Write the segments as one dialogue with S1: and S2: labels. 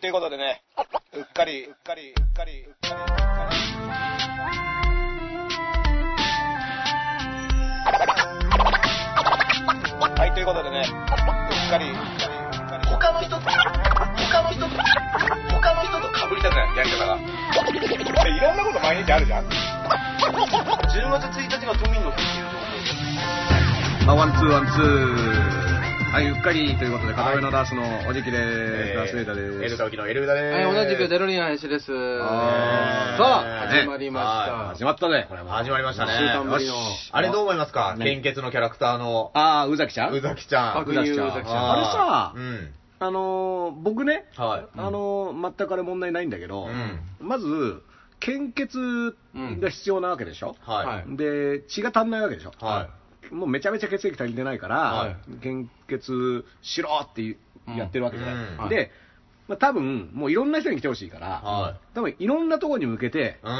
S1: ということでね、うっかり、うっかり、うっかり、うっかり、うっかり。はい、ということでね、うっかり、うっかり、うっか
S2: 他の人と、他の人と、他の人と被りたくない、やり方が。
S1: り。いろんなこと毎日あるじゃん。
S2: 10月1日が都民の日っていうの
S3: あ、ワンツーワンツー。はい、うっかりということで、片目のダースのおじきで
S4: え
S3: す。ダースベイダー
S4: エ
S3: で
S4: ル
S3: す。
S4: カウキのエルダです。
S5: はい、同じくデロリアン林です。さ
S3: あー
S5: あ、
S3: ね
S5: 始まりまし
S3: 始まったね。
S4: これも始まりました
S5: た。
S4: ね。
S5: 週間ぶりの。
S4: あれどう思いますか
S3: ね
S4: 献血のキャラクターの、
S3: ああ、宇崎ちゃん
S4: うざきちゃ
S5: あ
S4: ん。
S5: 宇崎ちゃん
S3: 宇崎
S4: あ
S3: あ
S4: ー
S3: れさ、
S4: うん。
S3: あのー、僕ね、
S4: はい。
S3: あのー、全くあれ問題ないんだけど、
S4: うん。
S3: まず、献血が必要なわけでしょ、
S4: はい。
S3: で、血が足んないわけでしょ、
S4: は
S3: もうめちゃめちゃ血液足りてないから、
S4: はい
S3: 献血しろってやってるわけじゃない、
S4: うんうん
S3: で、まあ、多分もういろんな人に来てほしいから、
S4: い。はい。
S3: 多分いろんなところに向けて、
S4: うーん。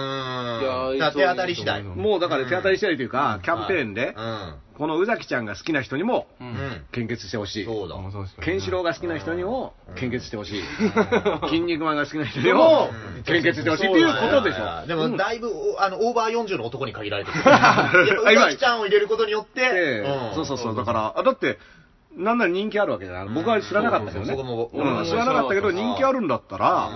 S5: いやー
S4: じゃあ手当たり次第。
S5: そううんん
S3: もうだから手当たり次第というか、キャンペーンで、
S4: うん。
S3: この宇崎ちゃんが好きな人にも
S5: う。
S4: うんん。
S3: 献血してほしい、
S4: そうだ。
S5: 面白いですよね
S3: ケンシロウが好きな人にも献血してほしい、
S4: う
S3: 筋肉マンが好きな人にも
S4: うん
S3: 献血してほしいっていうことでし
S4: そうだ
S3: ょ。
S4: ねで
S3: う
S4: も、
S3: ん
S4: だいぶ、おあの、オーバー40の男に限ら れてる。やっぱ、うさきちゃんを入れることによって、
S3: ええ
S4: ん
S3: そうそうそう、だから、あだって、なんなら人気あるわけじゃない、僕は知らなかったけどね、
S4: うんそうそうそう僕
S3: う
S4: も
S3: ん知らなかったけど、
S4: うん
S3: 人気あるんだったら、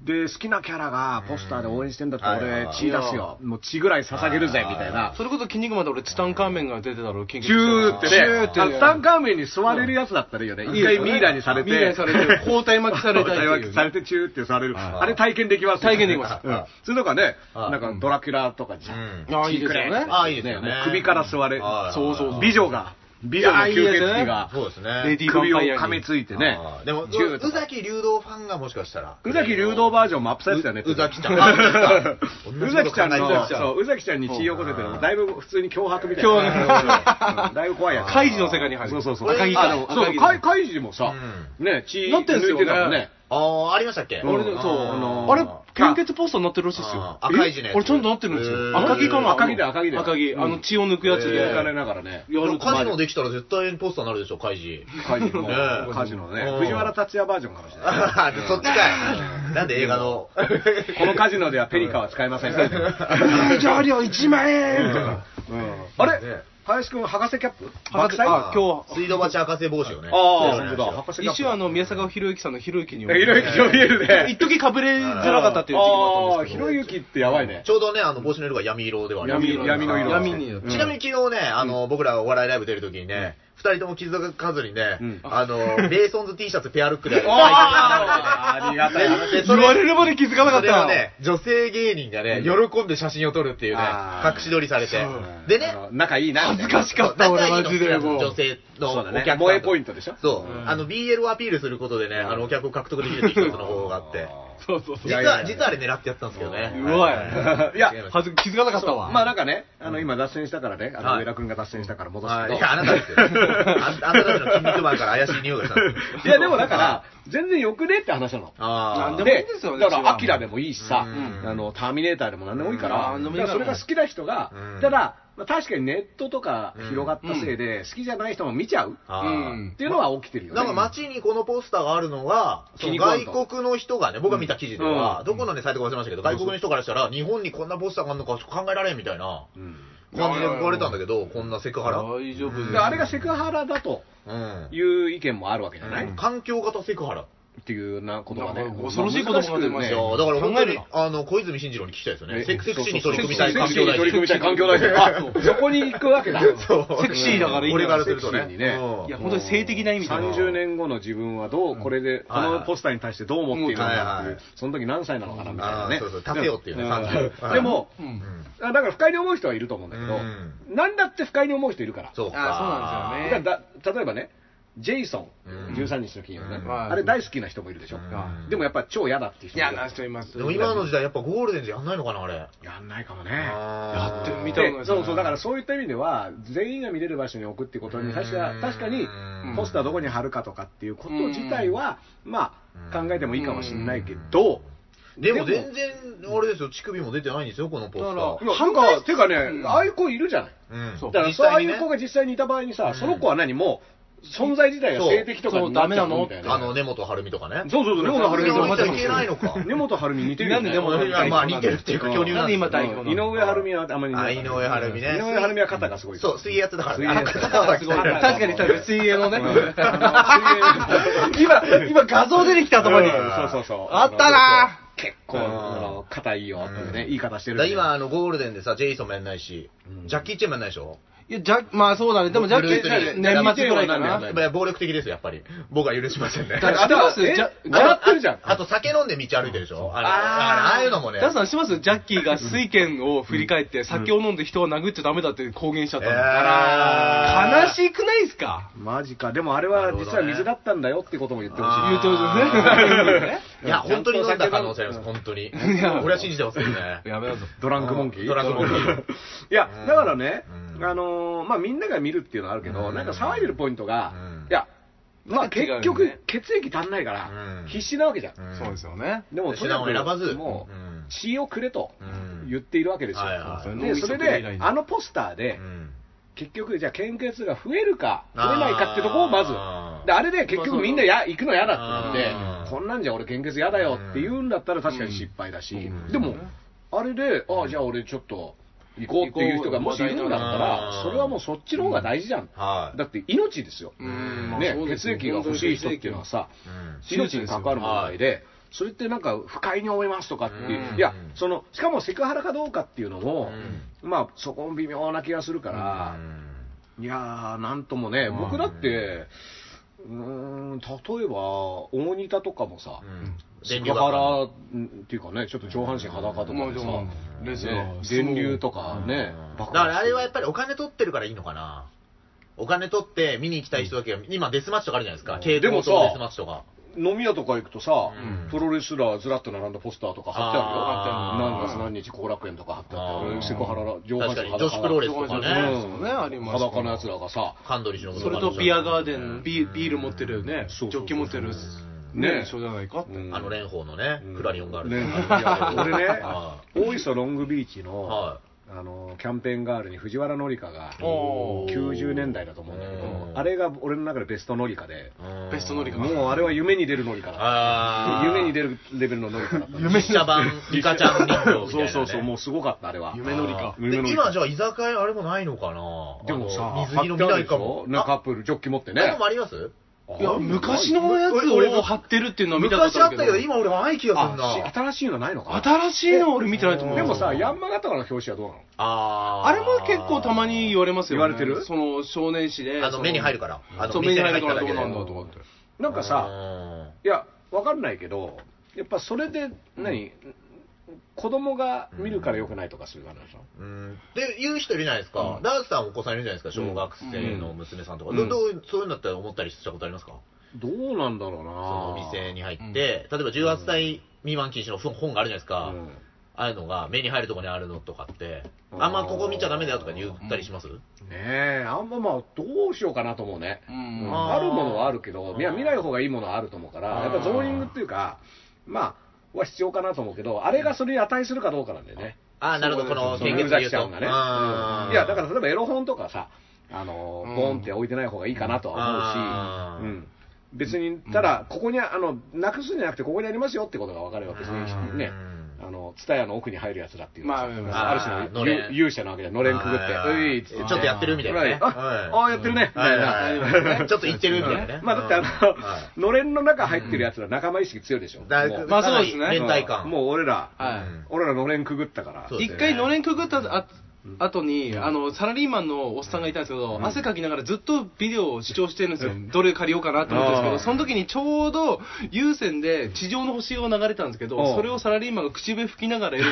S3: で好きなキャラがポスターで応援してんだったら、
S4: うんはいはい
S3: 俺
S4: は、い
S3: 血出すよ、もう血ぐらい捧げるぜ
S4: はい
S3: みたいな、
S5: それこそ筋肉マンで俺、ツタンカーメンが出てたろ、緊
S3: キューってね、あ
S5: キューってね
S3: ツタンカーメンに座れるやつだったらいいよね、一回ミイラにされて、
S5: ミイラにされ て、包帯巻きされたり
S3: 体はされてチューってされる、
S4: はい
S3: あれ体験できますよね
S5: 体験できます
S3: うんそれとかね、
S4: はい
S3: なんかドラキュラとかじゃん、
S4: う
S5: ああ、いいですよね。
S4: ああ、いいですよね
S3: ね。首から座れ
S4: はい
S5: そうそう
S3: 美女が、美女の吸血
S5: いやいいです
S3: 鬼
S5: ね
S3: が、
S4: そうですね。
S5: レディー
S3: 首を噛みついてね、
S4: あーでも、
S3: ジューとか
S4: 宇崎竜道ファンがもしかしたら。
S3: 宇崎竜道バージョンもアップされてたよね。
S4: う宇崎ちゃん。
S3: 宇崎ちゃん
S4: 同じこと考え
S3: の、
S4: てた
S3: そう、宇崎ちゃんに血をこせて
S4: うん
S3: る、だいぶ普通に脅迫みたい
S5: 脅
S3: な。うんだいぶ怖いやつ。
S5: カイジの世界に入る。
S3: そうそうそう。
S4: 赤城
S3: あでも
S5: 赤
S3: そう
S5: 城
S3: カイカイジもさ、
S4: う
S3: ね、血
S5: なってんす
S3: 抜
S5: よ
S3: い
S5: ね
S3: てたもんね。
S4: ああ、ありましたっけ
S3: 俺
S5: でもそうん
S3: の
S5: あれ、献血ポスターになってるらしいですよ
S4: あ。ー赤い字ね
S5: え俺、ちゃんとなってるんです
S4: へ
S5: よ。
S4: ー
S5: 赤木かな
S3: 赤木だよ赤木だよ
S5: 赤木。あ
S3: う
S5: の、
S3: ん
S5: 血を抜くやつ
S4: へ
S5: で。
S4: ー
S3: 抜か
S5: や
S3: れながらね。
S4: でも
S5: ると
S4: カジノできたら絶対ポスターになるでしょ、カイジ。
S3: カジノ
S4: ねえ
S3: カジノね
S4: うん。
S3: 藤原達也バージョンかもしれない。
S4: あ ーそっちかい。なんで映画の。
S3: このカジノではペリカは使えません。
S5: 材料1万円
S3: うんあ
S4: ね
S3: れ林くん、博士キャップ博士
S5: あ、今日、
S4: 水道橋博士帽子をね。
S3: ああ、本当だ。博士キャッ
S5: 一
S3: プ。
S5: 瞬あの、宮坂博之さんのひろゆき
S3: ひ
S5: に。
S3: ろゆきに怯えるね
S5: 一時かぶれづらかったっていう時期も
S3: ああ、
S5: あったんです
S3: ひ
S5: けど。
S3: ろゆきってやばいね
S4: ち。ょうどね、あの、帽子の色が闇色ではありますけど
S3: 闇の色
S5: 闇に
S4: ちなみに昨日ね、あの、僕らお笑いライブ出るときにね、二人とも気づかずにね
S3: うん、
S4: あの、レーソンズ T シャツペアルックで。
S3: あありがたい話
S4: で
S3: で
S4: そ
S5: 言
S4: れ
S5: われるまで気づかなか
S4: そ
S5: っ
S4: れは
S5: た。
S4: ね、女性芸人がね、喜んで写真を撮るっていうね
S3: あ、ー
S4: 隠し撮りされて。
S3: で
S4: で
S3: ね
S4: ね、、
S3: 仲いいな。
S5: 恥ずかしかった、俺、マジで。も
S4: 女
S5: う。
S4: 性の
S3: そうだね
S4: お客さんと
S3: 萌えポイントでしょ
S4: そう
S5: う。ん
S4: あの、BL をアピールすることでね、あの、お客を獲得できるっていう一つの方法があって。
S5: そうそうそ
S4: 実
S5: う。
S3: いやいや
S4: は、
S3: いや
S4: 実はあれ狙ってやってたんですけどね。
S5: うわい
S4: はい
S3: や
S5: 恥ず気づかなかったわ。
S3: まあなんかね、あの、今脱線したからね、あの、
S4: はい
S3: 上田くんが脱線したから戻す
S4: は
S3: け
S4: い
S3: ど。
S4: いや、あなたですよ。ああなたたちの筋肉マンから怪しい匂いがしたんです
S3: い
S4: よ
S3: や、でもだから、全然よくねって話なの。
S4: あ
S5: なん
S4: ー
S5: でもいいですよね
S3: だから、アキラでもいいしさ、
S4: うん
S3: あの、ターミネーターでも何でもいいから、
S5: うん
S3: だからそれが好きな人が
S4: う、ん
S3: ただ、まあ確かにネットとか広がったせいで、好きじゃない人も見ちゃう
S4: あー
S5: うん
S3: っていうのは起きてるよね。
S4: なんか街にこのポスターがあるのが、
S3: 気
S4: その
S3: に食わんと
S4: 外国の人がね、僕が見た記事で
S3: う
S4: は、
S3: ん
S4: どこのね、サイトか忘れましたけど、外国の人からしたら、日本にこんなポスターがあるのか考えられんみたいな
S3: うん
S4: 感じで言われたんだけど、こんなセクハラ。
S5: 大丈夫です
S3: であれがセクハラだと
S4: うん。
S3: いう意見もあるわけじゃない、
S4: うん
S3: っ
S4: 環境型セクハラ。
S3: ていうようなことがね
S5: なんか恐ろしい言葉が出ま
S4: い
S5: す
S4: や
S5: よ
S4: ーだから本
S5: 考
S4: 当
S5: える
S4: に
S5: な、
S4: あの、小泉進次郎に聞きたいですよね。セクセクシーに取り組みた
S3: セ
S4: い
S3: ク
S4: 環
S3: シー
S4: 境
S3: に
S4: 大
S3: 取り組みた
S4: 臣。
S3: い環境大臣あそこに行くわけだよ
S4: そう
S5: セクシーだからいいんだ
S4: 俺からすると
S3: セクシー
S4: ね。
S3: にね
S4: うん
S5: いや、本当に性的な意味で。
S3: 30年後の自分はどう、これで、このポスターに対してどう思っているんだって、
S4: はいいう
S3: その時何歳なのかなみたいな
S4: あー
S3: ね。
S4: そうそう、立てよっていうね、
S3: うん
S4: 30。
S3: でも、
S5: うん。
S3: あだから不快に思う人はいると思うんだけど、
S4: う
S3: 何だって不快に思う人いるから。
S4: そう
S5: あーそうなんですよね
S3: だだ例えばね、ジェイソ
S4: うん
S3: ン、13日の金曜ね、
S4: うん
S3: あれ大好きな人もいるでしょ。
S4: うん
S3: でもやっぱ超嫌だっていう人
S5: い
S3: も
S5: や、
S3: る
S5: な人います。
S4: でも今の時代やっぱゴールデンでやんないのかな、あれ。
S3: やんないかもね。
S4: あー
S5: やってみたい
S3: でそうそう、だからそういった意味では、全員が見れる場所に置くってことに、確か確かに
S4: うん、
S3: ポスターどこに貼るかとかっていうこと自体は、まあ、
S4: うん
S3: 考えてもいいかもしれないけど、
S4: でも全然、あれですよ、乳首も出てないんですよ、このポスター
S5: だ。
S3: いやなんか、てかね
S5: う、ん
S3: ああいう子いるじゃない。
S4: うん
S5: そう
S3: だから、
S4: 実
S3: そうあ
S4: 際
S3: あ
S4: に
S3: い
S4: ね
S3: う子が実際にいた場合にさ、その子は何も、
S6: 存在自体が性的とかになっちゃうみたい
S5: そう
S6: な。
S4: あの、根本晴美とかね。
S3: そうそうそう、根本晴美
S4: それは
S3: と
S4: いけないのか。
S3: 根本晴美似てるよね。
S5: なんで根本晴美
S4: いやまあ似てるっていうか、巨乳な
S5: な
S4: んん
S5: で
S4: で
S5: 今代表
S3: 井
S5: なの
S3: 上晴美はあんまり似
S4: あ、
S3: ない
S4: 井上晴美ね。
S3: 井上晴美は肩がすごい。
S4: そう、水泳やってたから
S3: 水
S4: ね。
S3: 泳やっ
S4: あの
S3: てた
S4: 肩はすごい。
S5: 確かに、 水泳のね
S3: うん。
S5: 今、今画像出てきたとこ
S3: う
S5: に。
S3: んそうそうそう。
S5: あったな
S3: 結構、あの肩いいよ、ね。いい肩して
S4: だ
S3: る
S4: か
S3: よ
S4: ら
S3: ね。
S4: 今、あの、ゴールデンでさ、ジェイソンもやんないし、ジャッキー・チェンもやんないでしょ
S5: いや、じゃ、まあそうだね。でも、ジャッキーチェン、年末ぐらいか
S3: や
S5: な
S3: っ。
S4: やっぱり暴力的ですよ、やっぱり。僕は許しませんね。
S5: だからしてます
S3: え
S5: じゃ、
S3: 笑ってるじゃん。
S4: あと、酒飲んで道歩いてるでしょあのだ
S5: あー
S4: からああいうのもね。
S5: ダンさんしてますジャッキーが水拳を振り返って、酒を飲んで人を殴っちゃダメだって公言しちゃったの。
S4: あら
S5: 悲しくないですか
S3: マジか。でもあれは実は水だったんだよってことも言ってほしい。
S5: 言うてますね。
S4: いや、本当に飲んだ可能性あります、本当に。俺は信じてますけどね。
S5: やめようぞ。
S3: ドランクモンキー
S4: ドランクモンキ ー
S3: いや、だからね、
S4: うん
S3: あのーまあ、みんなが見るっていうのはあるけど、
S4: うん
S3: なんか騒いでるポイントが、
S4: うん
S3: いや、ま
S5: な
S3: あ、
S5: んか違うよ
S3: 結
S5: ね
S3: 局、血液足んないから、
S4: うん
S3: 必死なわけじゃん。
S4: ん
S5: そうですよね。
S3: でも、
S4: 手段を選ばず
S3: もう、
S4: うん
S3: 血をくれと
S4: うん
S3: 言っているわけですよ。
S4: はいはいはい
S3: で、それで、あのポスター
S4: う
S3: で、
S4: ん
S3: 結局、じゃあ、献血が増えるか、増えないかってところをまず
S4: あ、ー
S3: であれで結局、みんなや行くの嫌だってな
S4: あ
S3: っ
S4: ー
S3: て、こんなんじゃ俺、献血嫌だよって言うんだったら、確かに失敗だし、
S4: ん
S3: でも、あれで、ああ、じゃあ俺、ちょっと行こうっていう人がもしいるんだったら
S4: う、ん
S3: それはもうそっちの方が大事じゃん、
S4: はい。
S3: だって命ですよ、
S5: うん
S3: ね
S5: そう、です
S3: 血
S5: よ
S3: 液が欲しい人っていうのはさ、
S4: うん
S3: 命に関わる問題で、それってなんか不快に思いますとかっていう、
S4: うん
S3: いや、そのしかもセクハラかどうかっていうのも、まあそこも微妙な気がするから、いやー、なんともね、
S4: うん
S3: 僕だって、うーん、例えば大仁田とかもさ、セクハラんっていうかね、ちょっと上半身裸とかでさ、
S5: まあ
S3: ね
S5: レスラー
S3: 電流とかね、
S4: だ
S3: バ
S4: か
S3: カ
S4: らあれはやっぱりお金取ってるからいいのかな。お金取って見に行きたい人だけが、今デスマッチとかあるじゃないですか。
S3: ん
S4: 系統とデスマッチとか。
S3: 飲み屋とか行くとさ、
S4: うん
S3: プロレスラーずらっと並んだポスターとか貼ってあるよ。
S4: あー
S3: 何月何日後楽園とか貼ってあって
S4: あー
S3: セクハラだ、上半
S4: 確か
S3: 身
S4: に女子プロレスとかね。
S5: そうねあります
S3: 裸の奴らがさ、
S4: ハンドリーの
S5: それとビアガーデン、ビービール持ってるね、ジ
S3: そうそうそう
S5: ョッキ持ってる、
S3: ね
S5: ね、人じゃないかって。
S4: あの蓮舫のね、クラリオンがある。
S3: ね、いや俺ね
S4: は、
S3: 大磯ロングビーチの、
S4: は
S3: あのキャンペーンガールに藤原紀香が
S5: おー
S3: 90年代だと思うんだけ
S4: う
S3: ど、
S4: ん
S3: あれが俺の中でベスト紀香で、
S4: い。
S5: ベストノリが。
S3: もうあれは夢に出る紀香だ
S4: あ
S3: った。
S4: あ。
S3: 夢に
S4: る。
S3: 出るレベルの紀香だった。
S4: 夢者版、リカちゃん人形みたいな、
S3: そうそうそう、もうすごかった、あれは。
S5: 夢のりか。
S3: 夢の
S4: で
S3: り
S4: 今じゃあ居酒屋あれもないのかな
S3: でもさ
S4: あの、水着の未来かも。
S3: なんかカップル、ジョッキ持って
S4: ああれ
S3: ね
S4: も。あります
S5: いや、昔のやつ俺も貼ってるっていうのは見たこ
S4: 昔
S5: と
S4: あ
S5: あ
S4: っ
S5: る
S4: た
S5: け
S4: け
S5: ど
S4: ど、、今俺はない気がする
S3: あ
S4: な。
S3: 新しいのないのか
S5: 新しいの俺見てないと思う。
S3: でもさ、ヤンマガとかの表紙はどうなの
S4: あー
S5: あれも結構たまに言われますよ、ね。
S3: 言われてる
S5: その少年誌で。
S4: あの、目に入る
S5: か
S4: から。あの
S5: そう、目に入るからどうなんだ
S4: 店
S5: とかって。
S3: なんか
S4: う
S3: さ、
S4: ん
S3: いや、わかんないけど、やっぱそれで、何子供が見るから良くないとかそういう話なの
S4: うんで、言う人いるじゃないですか。ダンスさんお子さんいるじゃないですか。小学生の娘さんとか。
S3: うん
S4: どどうそういうのって思ったりしたことありますか
S3: どうなんだろうな
S4: そのお店に入って、例えば18歳未満禁止の本本があるじゃないですか。
S3: うん
S4: ああいうのが目に入るとこにあるのとかって、あんまここ見ちゃダメだよとか言ったりします、
S3: ねえ、あんままあ、どうしようかなと思うね。
S5: うん
S3: うん
S5: まあ
S3: あるものはあるけど
S4: う、ん
S3: いや、見ない方がいいものはあると思うから、やっぱゾーニングっていうか、まあ、は必要かなと思うけど、あれがそれに値するかどうかなんだよね。
S4: ああ、なるほど、この
S3: そう
S4: 献血
S3: 宮
S4: で
S3: 崎
S4: 言う
S3: ちゃん
S4: と。
S3: がね。う
S4: あ
S3: ん
S4: ー
S3: いや、だから例えばエロ本とかさ、あの
S5: うん
S3: ー、ボンって置いてない方がいいかなとは思うし、
S4: う
S3: うんん別に、ただ、ここにあ、あの、なくすんじゃなくて、ここにありますよってことが分かれば別
S4: う
S3: に
S4: ん
S3: ね、あの、ツタヤの奥に入るやつだっていうのはさ、
S5: ま
S4: あ
S3: ある種
S4: の
S3: の
S4: れん
S3: ゆ勇者なわけで、のれんくぐって、
S4: あ
S3: う
S4: ー
S3: いっつって
S4: ちょっとやってるみたいなね。
S3: あ、
S4: うん
S3: あやってるね。み
S4: は
S3: た
S4: い
S3: いな
S4: はいはいちょっと言ってるみたいなね。
S3: まあだってあ
S4: はい
S3: の、のれんの中入ってるやつら仲間意識強いでしょ。
S4: だい
S3: もう
S4: ぶ、
S5: まあ
S4: かな
S5: そうです
S4: り
S5: ね
S4: 連帯感。
S3: もう俺ら、
S5: はい
S4: うん
S3: 俺らのれんくぐったから。
S4: そうです
S5: 一
S4: ね
S5: 回のれんくぐったあ後に、あの、サラリーマンのおっさんがいたんですけど、汗かきながらずっとビデオを視聴してるんですよ。どれ借りようかなと思ったんですけ
S3: あ
S5: ど、
S3: ー
S5: その時にちょうど有線で地上の星を流れたんですけ
S3: う
S5: ど、
S3: ん
S5: それをサラリーマンが口笛吹きながらや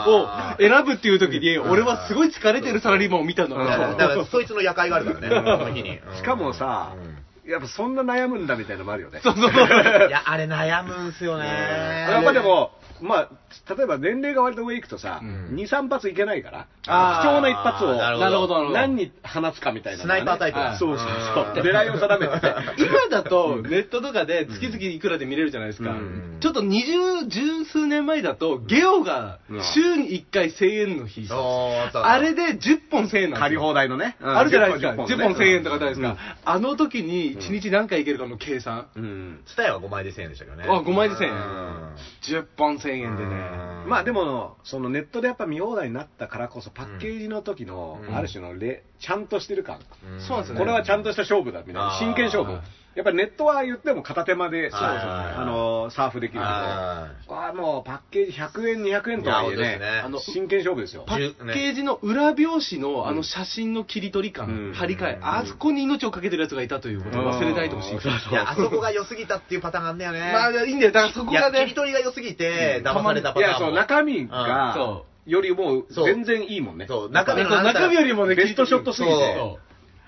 S4: あ
S5: るを選ぶっていう時に、俺はすごい疲れてるサラリーマンを見たの
S4: だから、だからそいつの夜会があるからね、その日に。うん
S3: しかもさ
S4: うん、
S3: いやっぱそんな悩むんだみたいなのもあるよね。
S5: そうそうそう。
S4: いや、あれ悩むんすよね。
S3: やっぱでも、まあ、例えば年齢が割と上行くとさ、
S4: うん
S3: 2、3発いけないから、
S5: あー
S3: 貴重な一発を
S4: な
S5: なるほど、なるほど。
S3: 何に放つかみたいなのがね、
S4: スナイパータイプ
S3: はいそうそう
S4: う
S3: そ
S4: ん
S3: う。狙いを定めてね。
S5: 今だとネットとかで月々いくらで見れるじゃないですか、
S3: うん
S5: ちょっと二十十数年前だとゲオが週に1回1000円の日、
S4: そうそう
S5: あれで10本1000円なんです
S3: 借り
S5: よ
S3: 放題のね。うん
S5: あるじゃないですか
S3: 10
S5: 10
S3: 本
S5: 本
S3: 10
S5: 10
S3: 本
S5: 本
S3: ね
S5: 1000円とかじゃないですか、あの時に1日何回いけるかの計算、
S3: うん。
S4: ツタヤは5枚で1000円でしたけどね。
S5: あ5枚で1000円
S4: うん
S5: 10本1000円でね、
S4: うん
S3: まあでも、そのネットでやっぱ見放題になったからこそ、パッケージの時の
S4: う、ん
S3: ある種のレ、ちゃんとしてる感。
S4: うん
S5: そうなんですよね
S3: これはちゃんとした勝負だみたいな
S4: あー
S3: 真剣勝負やっぱりネットは言っても片手間で
S4: そうそう
S3: あのサーフできるけど
S4: は
S3: これはもうパッケージ100円200円とはいえ
S4: いや本当です
S3: ね
S4: ね
S5: あの
S3: 真剣勝負ですよ
S5: パッケージの裏表紙のあの写真の切り取り感、
S3: うん
S5: 張り替え、あそこに命を懸けてるやつがいたということを忘れないでほしい、
S3: うんそうそう
S4: いや、あそこが良すぎたっていうパターンがあんだよね。
S5: まあいいんだよだからそこ
S4: いや
S5: が
S4: 切り
S5: ね
S4: 取りが良すぎて、騙された
S3: い
S4: パタ
S3: や
S4: ーンも。
S3: そう中身
S5: うん
S3: が
S5: そ
S3: よりもう
S4: そう
S3: 全然いいもんね
S4: そう、中身のあなた
S5: 中身よりもね
S3: ベストショットすぎて
S4: そうあの、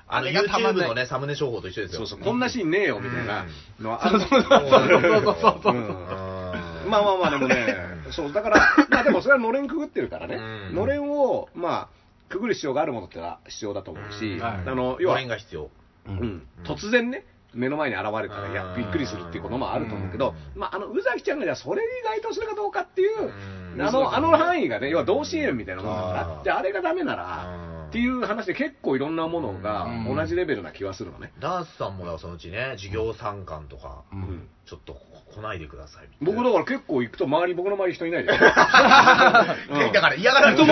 S5: あれがたまん
S4: YouTube
S5: ない
S4: のね、サムネ商法と一緒ですよ。
S3: そうそうこんなシーンねえよみたいなのはあ
S5: そう
S3: る
S5: そうそうそうそうそうう、
S3: んま
S4: ま
S3: あ
S4: あ
S3: まあまあ、でも ね、そう、だから、まあでもそれはのれんくぐってるからね、
S4: うん
S3: のれんを、まあ、くぐる必要があるものってのは必要だと思うし、
S4: うん
S3: あの、要
S4: 要
S3: は
S4: は、、が必要。
S3: うん、突然ね、目の前に現れたら、いや、びっくりするっていうこともあると思うけど、
S4: う
S3: まあ、あの、宇崎ちゃんが、じゃあそれに該当するかどうかっていう、
S4: うん
S3: あの、あの範囲がね、要は同心円みたいなものだか
S4: う
S3: ら
S4: ん、
S3: で、あれがダメなら、っていう話で結構いろんなものが
S5: うん
S3: 同じレベルな気はするのね。
S4: ダンスさんもだからそのうちね、授業参観とか、
S5: う
S3: うんん
S4: ちょっと来ないでくださいみたい
S3: 僕
S4: な。
S3: だから結構行くと周り、僕の周り人いないで
S4: いやだから嫌がられても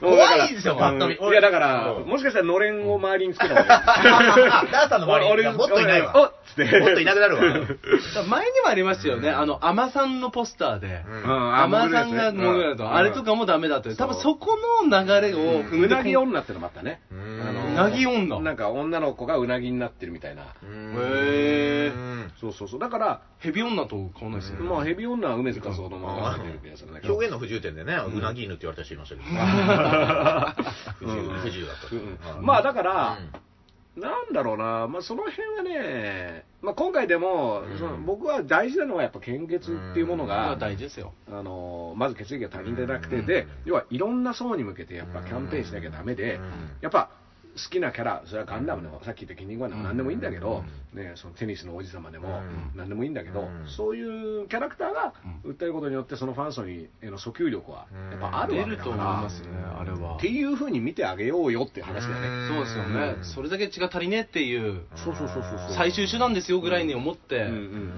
S4: 怖いんですよ、
S3: だ
S4: パ
S3: からう
S4: ッと
S3: ん
S4: 見。
S3: いや、だから、
S4: うん
S3: もしかしたらのれんを周りにつけた 方がいい。
S4: ダンスさんの周り
S3: 俺
S4: にもっといないわ。も
S3: 俺
S4: っ
S3: あつって
S4: といなくなるわ。
S5: だから前にもありましたよね、あの、アマさんのポスターで、
S4: うん
S5: アマさんが
S3: モ
S5: 潜
S3: グラ
S5: る
S3: ですね
S5: と、あれとかもダメだという、
S3: そ
S5: 多
S3: う
S5: 分そこの流れを
S3: う
S5: 踏
S3: ん
S5: ん
S3: う
S5: で
S3: なぎ女ってのもあったね。
S4: う
S3: あ
S4: ん
S3: の
S5: うなぎ女
S3: なんか女の子がうなぎになってるみたいな。
S5: へ
S4: うん
S3: そうそうそう。だから、
S5: ヘビ女と変わらないですよね。
S3: まあ、ヘビ女は梅津和夫のまま出てるみたいなね。
S4: 表現の不自由点でね、うなぎ犬って言われた人いましたけど。 不自由、不自由だったと
S3: うん。まあ、だから
S4: うん、
S3: なんだろうな、まあ、その辺はね、まあ、今回でも、
S4: うん
S3: その僕は大事なのはやっぱ献血っていうもの
S5: まあ
S3: が、
S5: 大事ですよ。
S3: あのまず血液が足りんでなくて、
S4: うん
S3: で要はいろんな層に向けてやっぱキャンペーンしなきゃだめで、
S4: うん
S3: やっぱ好きなキャラ、それはガンダムでも、さっき言ったキングワンでも何でもいいんだけど、ね、そのテニスの王子様でも
S4: うん
S3: 何でもいいんだけど、
S4: うん
S3: そういうキャラクターが訴えることによって、そのファン層にへの訴求力はやっぱある
S5: 出
S3: わけ
S5: る
S3: だ
S5: と
S3: か
S5: 思い
S3: ら
S5: ま、すね、あれは。
S3: っていうふうに見てあげようよっていう話だね。
S5: そうですよね。それだけ血が足りねえっていう、
S3: そうそうそうそうそう
S5: 最終手段ですよぐらいに思って、
S3: うんうん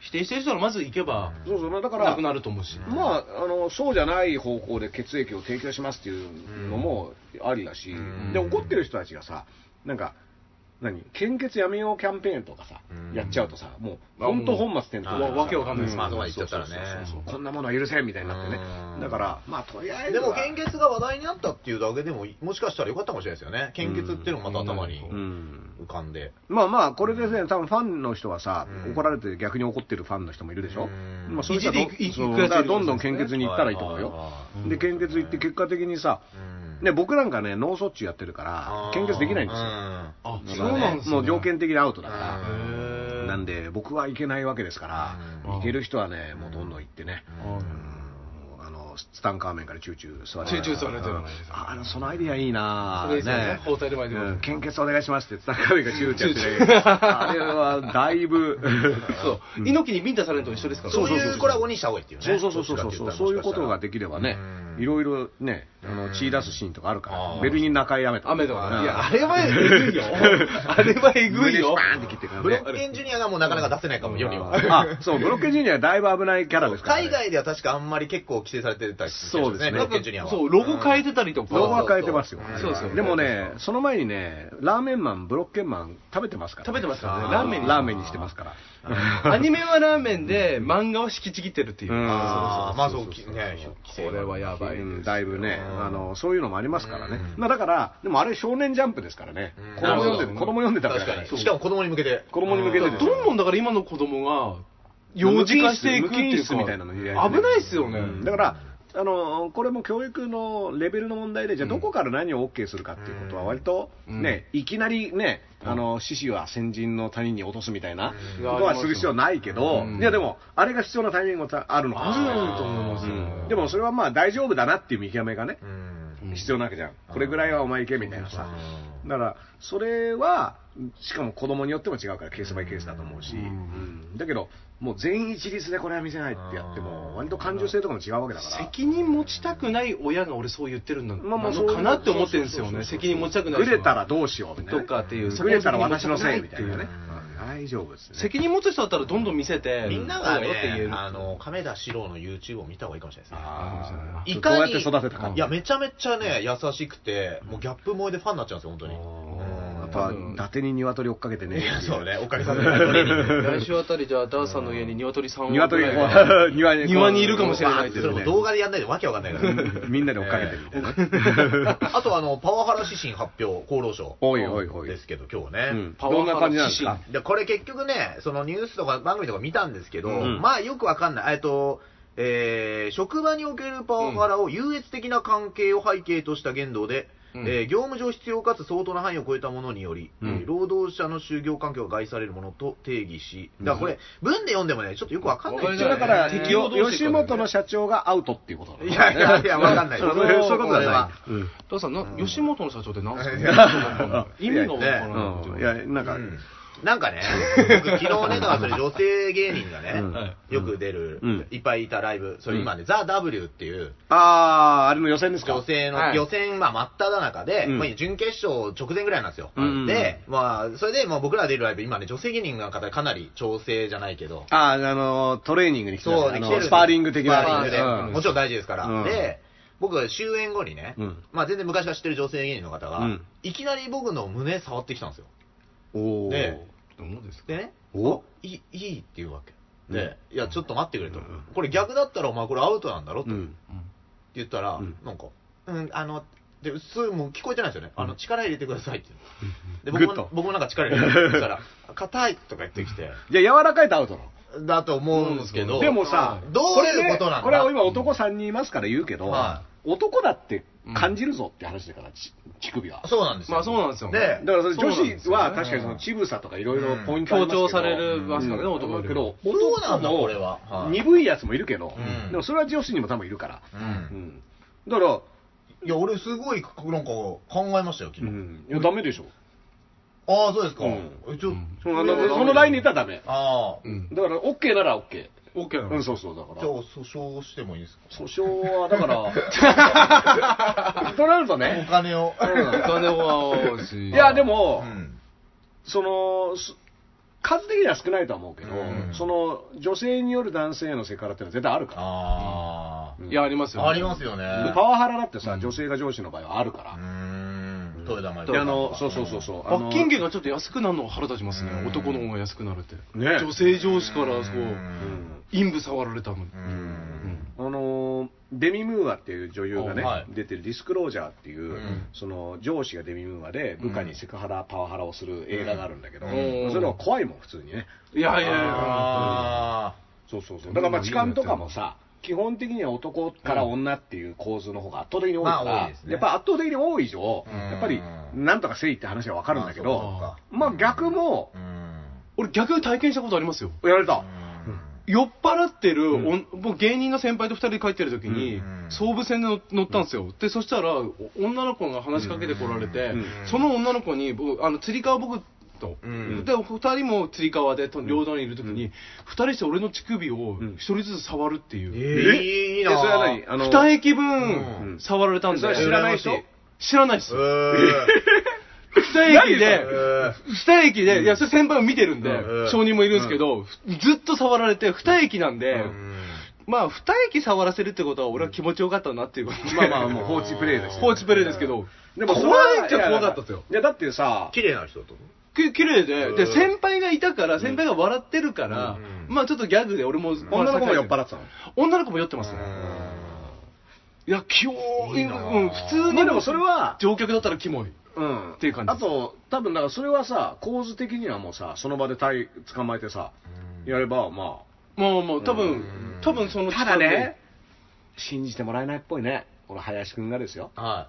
S5: 否定してる人はまず行けば、
S3: うんそうそうだから
S5: なくなると思うし。
S3: まあ、あのそうじゃない方向で血液を提供しますっていうのもありだし、
S4: うん
S3: で怒ってる人たちがさ、なんか、何、献血やめようキャンペーンとかさ、
S4: うん
S3: やっちゃうとさ、もう本当本末転倒
S4: わわけわ
S5: かんないです
S4: まあそこまで言っちゃったらね
S3: そうそうそうこんなものは許せんみたいになって
S4: う
S3: ね、
S4: ん
S3: だから、まあ、とりあえず
S4: でも
S3: は、
S4: 献血が話題になったっていうだけでも、もしかしたらよかったかもしれないですよね。献血っていうのもまた頭に
S3: うん
S4: 浮かんで。
S3: まあまあ、これでね、多分ファンの人はさ、
S4: うん
S3: 怒られて逆に怒ってるファンの人もいるでしょ、
S4: うん
S3: まあ、そういう人はど
S5: 一時で行く
S3: そう
S5: 行く
S3: だ
S5: やつ
S3: からどんどん献血に行ったらいいと思う
S4: は
S3: よ。
S4: い
S5: いはい
S3: で献血行って結果的にさ、
S4: はいはい
S3: ね、僕なんかね、脳卒中やってるから、献血できないんですよ。
S5: あ、
S4: うん
S5: そうなんですね
S3: もう条件的にアウトだ
S4: う
S3: か
S4: ん
S3: ら、
S5: へ
S3: なんで、僕はいけないわけですか
S5: うん
S3: ら、行ける人はね、もうどんどん行ってね、
S5: ー。
S3: あのスタンカーメンからチューチュー座れて、
S5: チューチュー座れてる
S3: うんああのそのアイディアいいな
S5: それいいですよね包帯で巻いてます
S3: うん献血お願いしますって、スタンカーメンからチューチューってね、あれはだい ぶ、
S5: そう。猪木にビンタされるのと一緒ですから。
S4: そういうコラボにした方がいいっていう
S3: そ
S4: ね。
S3: うそうそうそうそうそう、そういうことができればね、いろいろね、あの血出すシーンとかあるか
S4: あ
S3: ら、
S4: ー
S3: ベルリン中井雨とか、
S5: 雨とかね。いや、あ
S3: あ
S5: れはえ ぐいよ。あれはえぐいよ。
S4: ブロッケンジュニアがもうなかなか出せないかも、よりは。
S3: あ、そう、ブロッケンジュニアはだいぶ危ないキャラですから、ね。
S4: 海外では確かあんまり結構規制されてたりするん
S3: そうですね
S4: ブロッケンジュニアは。
S5: そう、ロゴ変えてたりとか。
S3: ロゴは変えてますよ。
S5: そうですよね
S3: でもね、その前にね、ラーメンマン、ブロッケンマン食べてますから、
S5: 食べてますからね
S3: あー
S5: ラーメンに
S3: ラーメンにしてますから。
S5: アニメはラーメンで、漫画は敷きちぎってるっていう。
S3: うん
S4: あーまあそう、きね、規制
S5: これはやばい。
S3: うんだいぶね、
S4: うん
S3: あの、そういうのもありますからね
S4: う。ん
S3: まあだから、でもあれ少年ジャンプですからね
S4: うん。
S3: 子供読ん
S5: なるほ
S3: で、
S5: ど
S3: 子供読んでたから
S4: 確かに。しかも子供に向けて。
S3: 子供に向け
S5: だ
S3: てで
S5: から
S3: す
S5: どん
S3: よ。
S5: どんだから今の子供が、幼児化していくって
S3: 無
S5: いう
S3: 菌室無菌室みたいなの入れられ
S5: か。
S3: てね
S5: 危ないっすよね。
S3: うんだから、あのこれも教育のレベルの問題で、じゃあどこから何を OK するかっていうことは、割と、ねいきなりね、あの獅子は先人の谷に落とすみたいなことはする必要ないけど、いや、でも、あれが必要なタイミングもたあるのかもしれない
S5: と思いますよ
S3: うんでもそれはまあ大丈夫だなっていう見極めがね、
S4: うん
S3: 必要なわけじゃん、これぐらいはお前いけみたいなさ、だからそれは、しかも子供によっても違うから、ケースバイケースだと思うし、うんだけど、もう全員一律でこれは見せないってやっても、割と感受性とかも違うわけだから。
S5: 責任持ちたくない親が俺そう言ってるんだ、
S3: まあまあ
S5: な
S3: そう
S5: のかなって思ってるんですよね責任持ちたくない
S3: ぐれたらどうしようみたいなね
S5: とかっていう
S3: ぐれたら私のせいみたいなね
S4: うん
S3: 大丈夫ですね
S5: 責任持つ人だったらどんどん見せて
S4: みんなが
S5: こうよって言え
S4: ね
S5: る、
S4: あの、亀田史郎の YouTube を見た方がいいかもしれないですね。
S3: あー
S4: い
S3: どう
S4: か
S3: やっ
S4: に
S3: て育てたか
S4: いや、めちゃめちゃね、優しくて、もうギャップ萌えでファンになっちゃうんですよ、本当に。
S3: うんやっぱ
S5: うん
S3: 伊達に鶏追っかけてね
S4: いや、そうね、おかげさまでトレーニング。
S5: 来週あたりじゃあダーさんの家に鶏さんを
S3: 鶏
S5: ぐ
S3: こ
S5: らいで
S3: う 庭に
S5: 庭にいるかもしれな
S4: バーっ
S5: い
S4: て
S5: です
S4: それ
S5: ね
S4: も動画でやんないでわけわかんないから。
S3: みんなで追っかけてみたいなね
S4: あと、あの、パワハラ指針発表、厚労省。
S3: おいおいおい
S4: ですけど、今日ね。
S3: うん
S5: パワハ
S3: ど
S5: ラ
S3: んな感じなんですか
S4: でこれ結局ね、そのニュースとか番組とか見たんですけど、
S3: ん
S4: まあよくわかんない、えっと、えー職場におけるパワハラを優越的な関係を背景とした言動で、
S5: うん
S4: えー業務上必要かつ相当な範囲を超えたものにより、
S3: うん
S4: えー労働者の就業環境が害されるものと定義し、だからこれ、文で読んでもね、ちょっとよくわかんない
S5: わ
S4: んで
S5: かり
S4: す
S3: だ
S5: づ
S4: よ
S5: い
S3: か
S4: ね。
S3: ら
S5: ね
S3: よ吉本の社長がアウトっていうことだ
S4: いやいやいや、わかんない。
S3: そうそういうことだね
S4: は
S3: うん
S5: ダーさんな吉本の社長って何すか
S4: い
S5: 意味がわからない
S3: うんいやなんか
S4: うんな んかね、僕昨日ね、だからそれ女性芸人がね、よく出る、
S3: うん
S4: いっぱいいたライブ、それ今ね、ザ・ W っていう、
S3: あーあれの予選ですか
S4: 女性の、
S5: はい
S4: 予選、まあ、真っ只中で、
S3: うん
S4: まあ、準決勝直前ぐらいなんですよ。
S3: うん
S4: で、まあ、それで、まあ、僕ら出るライブ、今ね、女性芸人の方かなり調整じゃないけど、
S3: あーあのトレーニングに来て
S4: そう、
S3: あ
S4: ね、来て
S3: の
S4: るんです
S3: スパーリング的な
S4: スパーリングで、
S3: うん
S4: もちろん大事ですから。
S3: うん
S4: で、僕、終演後にね、
S3: うん
S4: まあ、全然昔から知ってる女性芸人の方が、
S3: うん
S4: いきなり僕の胸触ってきたんですよ。
S3: おー
S4: で
S5: どうですか
S4: でね、
S3: お
S4: いいいいって言うわけ。で、いや、ちょっと待ってくれと。これ逆だったら、お前これアウトなんだろと。
S3: う
S4: って
S3: ん
S4: 言ったら、
S3: うん
S4: なんか、うん、あの、で、そうもう聞こえてないですよね。あの、力入れてくださいって言
S3: グ
S4: う。
S3: ッ
S4: で、僕
S3: と
S4: も、僕もなんか力入れて、そしたら、硬いとか言ってきて、
S3: じゃあ柔らかいとアウトなの
S4: だと思うんですけど、
S3: でもさ、
S4: どういうことなんだ
S3: これねこれは今男3人いますから言うけど、
S4: は
S3: 男だって感じるぞって話だから、ち乳首は。
S4: そうなんですよ。
S5: まあそうなんですよ
S4: で
S3: だ、からそれ
S5: そうなんですよね
S3: 女子は確かにその乳房とかいろいろポイントありま
S5: 強
S3: すけど
S5: 調されるますからね、
S3: うん
S5: 男より
S3: だけど、
S4: そうなんだ、これは。はい
S3: 鈍いやつもいるけど、
S4: うん
S3: でもそれは女子にも多分いるから。
S4: う
S3: うんんだから、
S4: いや、俺すごい、なんか、考えましたよ、
S3: う
S4: 昨日。
S3: ん、いや、ダメでしょ。
S4: ああ、そうですか。
S3: うん
S4: えちょ
S3: そのあのそのラインにいたらダメ。
S4: ああ、
S5: うん
S3: だから、OK なら OK。
S5: OK な
S3: う
S5: の
S3: ん、そうそう、だか
S4: じ
S3: ら
S4: ゃあ、。訴訟してもいいですか
S3: 訴訟は、だ から、となると
S4: お
S3: ね、
S4: 金を。
S5: お金は多 いし
S3: いや、でも、
S4: うん
S3: そのす数的には少ないとは思うけど、
S4: うん
S3: その女性による男性へのセクハラっていうのは絶対あるか
S4: あ
S3: うん
S5: いやありますよ、
S4: あ。ありますよね。
S3: ら、でパワハラだってさ、女性が上司の場合はあるから
S4: う、ーん。トヨタ前
S3: であのそうそうそうそう、あの
S5: 罰金刑がちょっと安くなるのが腹立ちますね
S4: うん
S5: 男の方が安くなるって、
S3: ね
S5: 女性上司からそううん陰部触られたのに
S4: う、ん。
S3: あのデミ・ムーアっていう女優がね、
S4: おはい
S3: 出てる「ディスクロージャー」っていう、
S4: うん
S3: その上司がデミ・ムーアで部下にセクハラ、パワハラをする映画があるんだけど、
S4: うん
S3: それは怖いもん普通にね
S5: いやいやいや
S4: あ
S3: そうそうそうだからまあ痴漢とかもさ基本的には男から女っていう構図の方が圧倒的に多いから、
S4: まあ多いですね
S3: やっぱ圧倒的に多い以上、
S4: うん
S3: やっぱりなんとか誠意って話は分
S4: あ
S3: かるんだけ
S5: ま
S3: ど、
S5: あ
S3: まあ逆も
S4: う、ん。
S5: 俺逆に体験したことありますよ
S3: やられた、
S5: 酔っ払ってる、おん僕芸人の先輩と二人で帰ってる時に、
S4: うん
S5: 総武線で乗乗ったんですよ、でそしたらお女の子が話しかけてこられて、
S3: うん
S5: その女の子に僕あの釣り革僕と、
S4: うん
S5: で二人も釣り革でと両隣にいる時に、二人して俺の乳首を
S3: ん
S5: 一人ずつ触るっていう、
S4: えいい
S3: え
S4: なぁ
S3: それは何あの
S5: 二駅
S3: う
S5: 分
S3: ん
S5: 触られたんで、
S3: それは知らない人
S4: 羨ましい
S5: 知らないっす
S4: うーん
S5: 二駅 で
S4: えー
S5: 二駅で、いや、それ先輩を見てるんで、
S4: うん
S5: 証人もいるんですけど、ずっと触られて、二駅なんで、まあ、二駅触らせるってことは、俺は気持ちよかったなっていうことで、
S3: まあまあもう放置プレイです
S5: 放置プレイですけど、
S3: で
S5: も
S3: も
S5: 怖
S3: それはい
S5: っちゃ怖かったですよ。
S3: いやだってさ
S4: 綺麗な人と。
S5: き綺麗で、で、
S4: うん
S5: 先輩がいたから、先輩が笑ってるから、
S4: うん
S5: まあちょっとギャグで俺も、
S3: 女の子も酔っ払
S5: っ
S3: ってたの
S5: 女の子も酔ってますね。いや、キモい、
S4: いいなぁ
S5: うん、普通
S3: ま
S5: に
S3: あでもそれは
S5: 乗客だったらキモい。
S3: うん
S5: っていう感じ
S3: あと多分だからそれはさ構図的にはもうさその場で体捕まえてさやればまあ
S5: まあまあ、多分、多分その
S3: ただね、信じてもらえないっぽいね。この林くんがですよ。
S4: は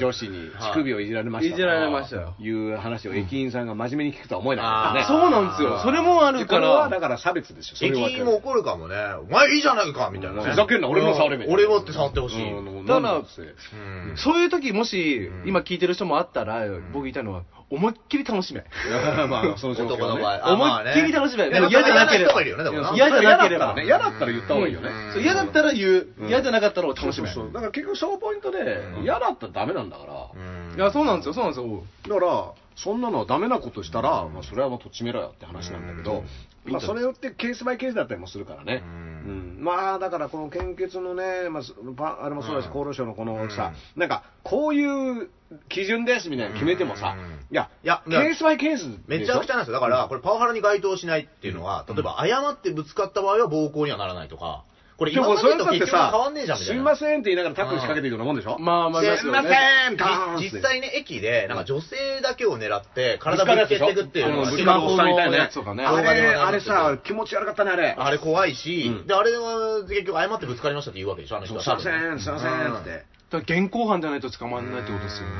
S3: 女子に乳首をいじられました。
S5: いじられましたよ。
S3: いう話を駅員さんが真面目に聞くとは思えない
S4: あ
S3: で
S4: ー
S3: す
S5: そ
S3: ね。
S5: うなんですよ。それもあるか
S3: これは
S5: ら。
S3: だから差別でしょ。そ
S4: い。
S3: れは
S4: 駅員も怒るかもね。お前いいじゃないかみたいなね。
S3: ふざけんな俺も触れみ
S4: み
S3: たいな
S4: 俺もって触ってほしい。
S3: う
S4: うん
S3: ん
S5: だから
S3: なんだって
S4: うん
S5: そういう時もし、
S4: うん
S5: 今聞いてる人もあったら、僕言いたいのは、思いっきり楽しめ。
S3: いや まあ、その状況、ね、
S4: 男の場合。あ
S5: 思いっきり楽し
S4: まあ
S5: め。
S4: ね
S5: でも嫌じゃなければ。
S4: でも嫌な人がいるよねでもな
S5: 嫌じゃなければ。
S3: 嫌だったら言った方がいいよね。
S5: そう嫌だったら言
S3: う
S5: う。
S3: ん
S5: 嫌じゃなかったら楽し
S3: そう
S5: め。
S3: そう。だから結局そのポイントで、嫌だったらダメなんだから。
S4: うん
S5: いや、そうなんですよ、そうなんですよ。
S3: だから、そんなのダメなことしたら、まあ、それはもうとっちめろよって話なんだけど、まあ、それよってケースバイケースだったりもするからね。
S4: う
S3: うんんまあ、だからこの献血のね、まあそパ、あれもそうだし、
S4: うん
S3: 厚労省のこのさ、なんか、こういう基準ですみたいなの決めてもさ、
S4: うん
S3: いや、
S4: いや
S3: ケースバイケースでしょ
S4: めちゃくちゃなんですよ。だから、これパワハラに該当しないっていうのは、例えば誤ってぶつかった場合は暴行にはならないとか、これ
S3: で
S4: 今ま
S3: もそれ
S4: で
S3: だ
S4: と
S3: って
S4: 結局は
S3: さ
S4: 変わんねえじゃん、み
S3: す
S4: たい
S3: い
S4: な。
S3: ませんって言いながらタックル仕掛けていくようなもんでしょ
S5: まあまあ、
S4: すいません
S3: んガーンって
S4: 実際ね、駅で、なんか女性だけを狙って、体ぶつけていくっていうの
S3: あの
S4: は
S5: ぶ
S3: ぶ
S5: つ
S3: ち
S5: か
S3: か
S5: る
S3: ぶおっさんいたよ
S5: スマホのや
S3: ね
S5: つとかね
S3: あ
S4: 動画で
S3: れ
S4: も
S3: あれさ気持ち悪かったねあれ
S4: あれ怖いし、
S3: うん
S4: で、あれは結局誤ってぶつかりましたって言うわけでしょ、あの人
S3: そう
S4: は。
S3: すいませんすいません
S4: う
S3: っつって
S5: だから現行犯じゃないと捕まらないってことですよね。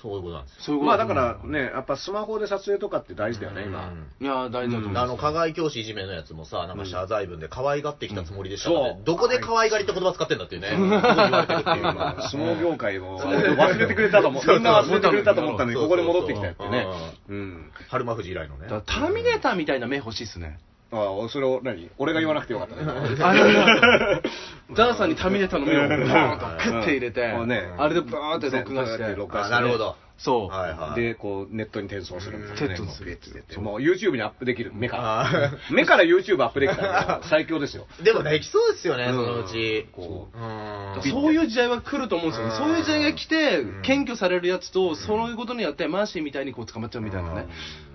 S4: そういうことなんですよ。
S5: そういうこと
S3: まあだから。ねやっぱスマホで撮影とかって大事だよね今
S4: うん
S5: いや、大事だと思
S4: あ
S5: いま
S4: の、
S5: す。
S4: 加害教師いじめのやつもさ、なんか謝罪文で可愛がってきたつもりでした
S3: うん
S4: って
S3: そう
S4: どこで可愛がりって言葉使ってんだっていうね、こと言われてるっていう。
S3: まあ相撲業界を忘れてくれたと思うみんな忘れてくれたと思ったのにここで戻ってきたよってねうん
S4: 春馬富士以来のね
S5: だ。からターミネーターみたいな目欲しいっすね。
S3: ああそれを何俺が言わなくてよかったね
S5: あれ ダーさんにターミネーターの目をボーンとクッて入れて、
S3: うんね
S5: あれでバーンって録画して。
S3: 録
S4: あなるほど。
S5: そう。
S4: はいはい。
S3: でこうネットに転送するみたいなね
S5: うん転送する
S3: もう別でってもう YouTube にアップできる目から
S4: あ
S3: 目から YouTube アップできたら最強ですよ
S4: ーでもできそうですよね、そのうち。
S3: こう
S4: うん
S5: そういう時代は来ると思うんですよね
S4: う、ん
S5: そういう時代が来て
S4: うん、
S5: 検挙されるやつと、そういうことによって、マーシーみたいにこう捕まっちゃうみたいなね、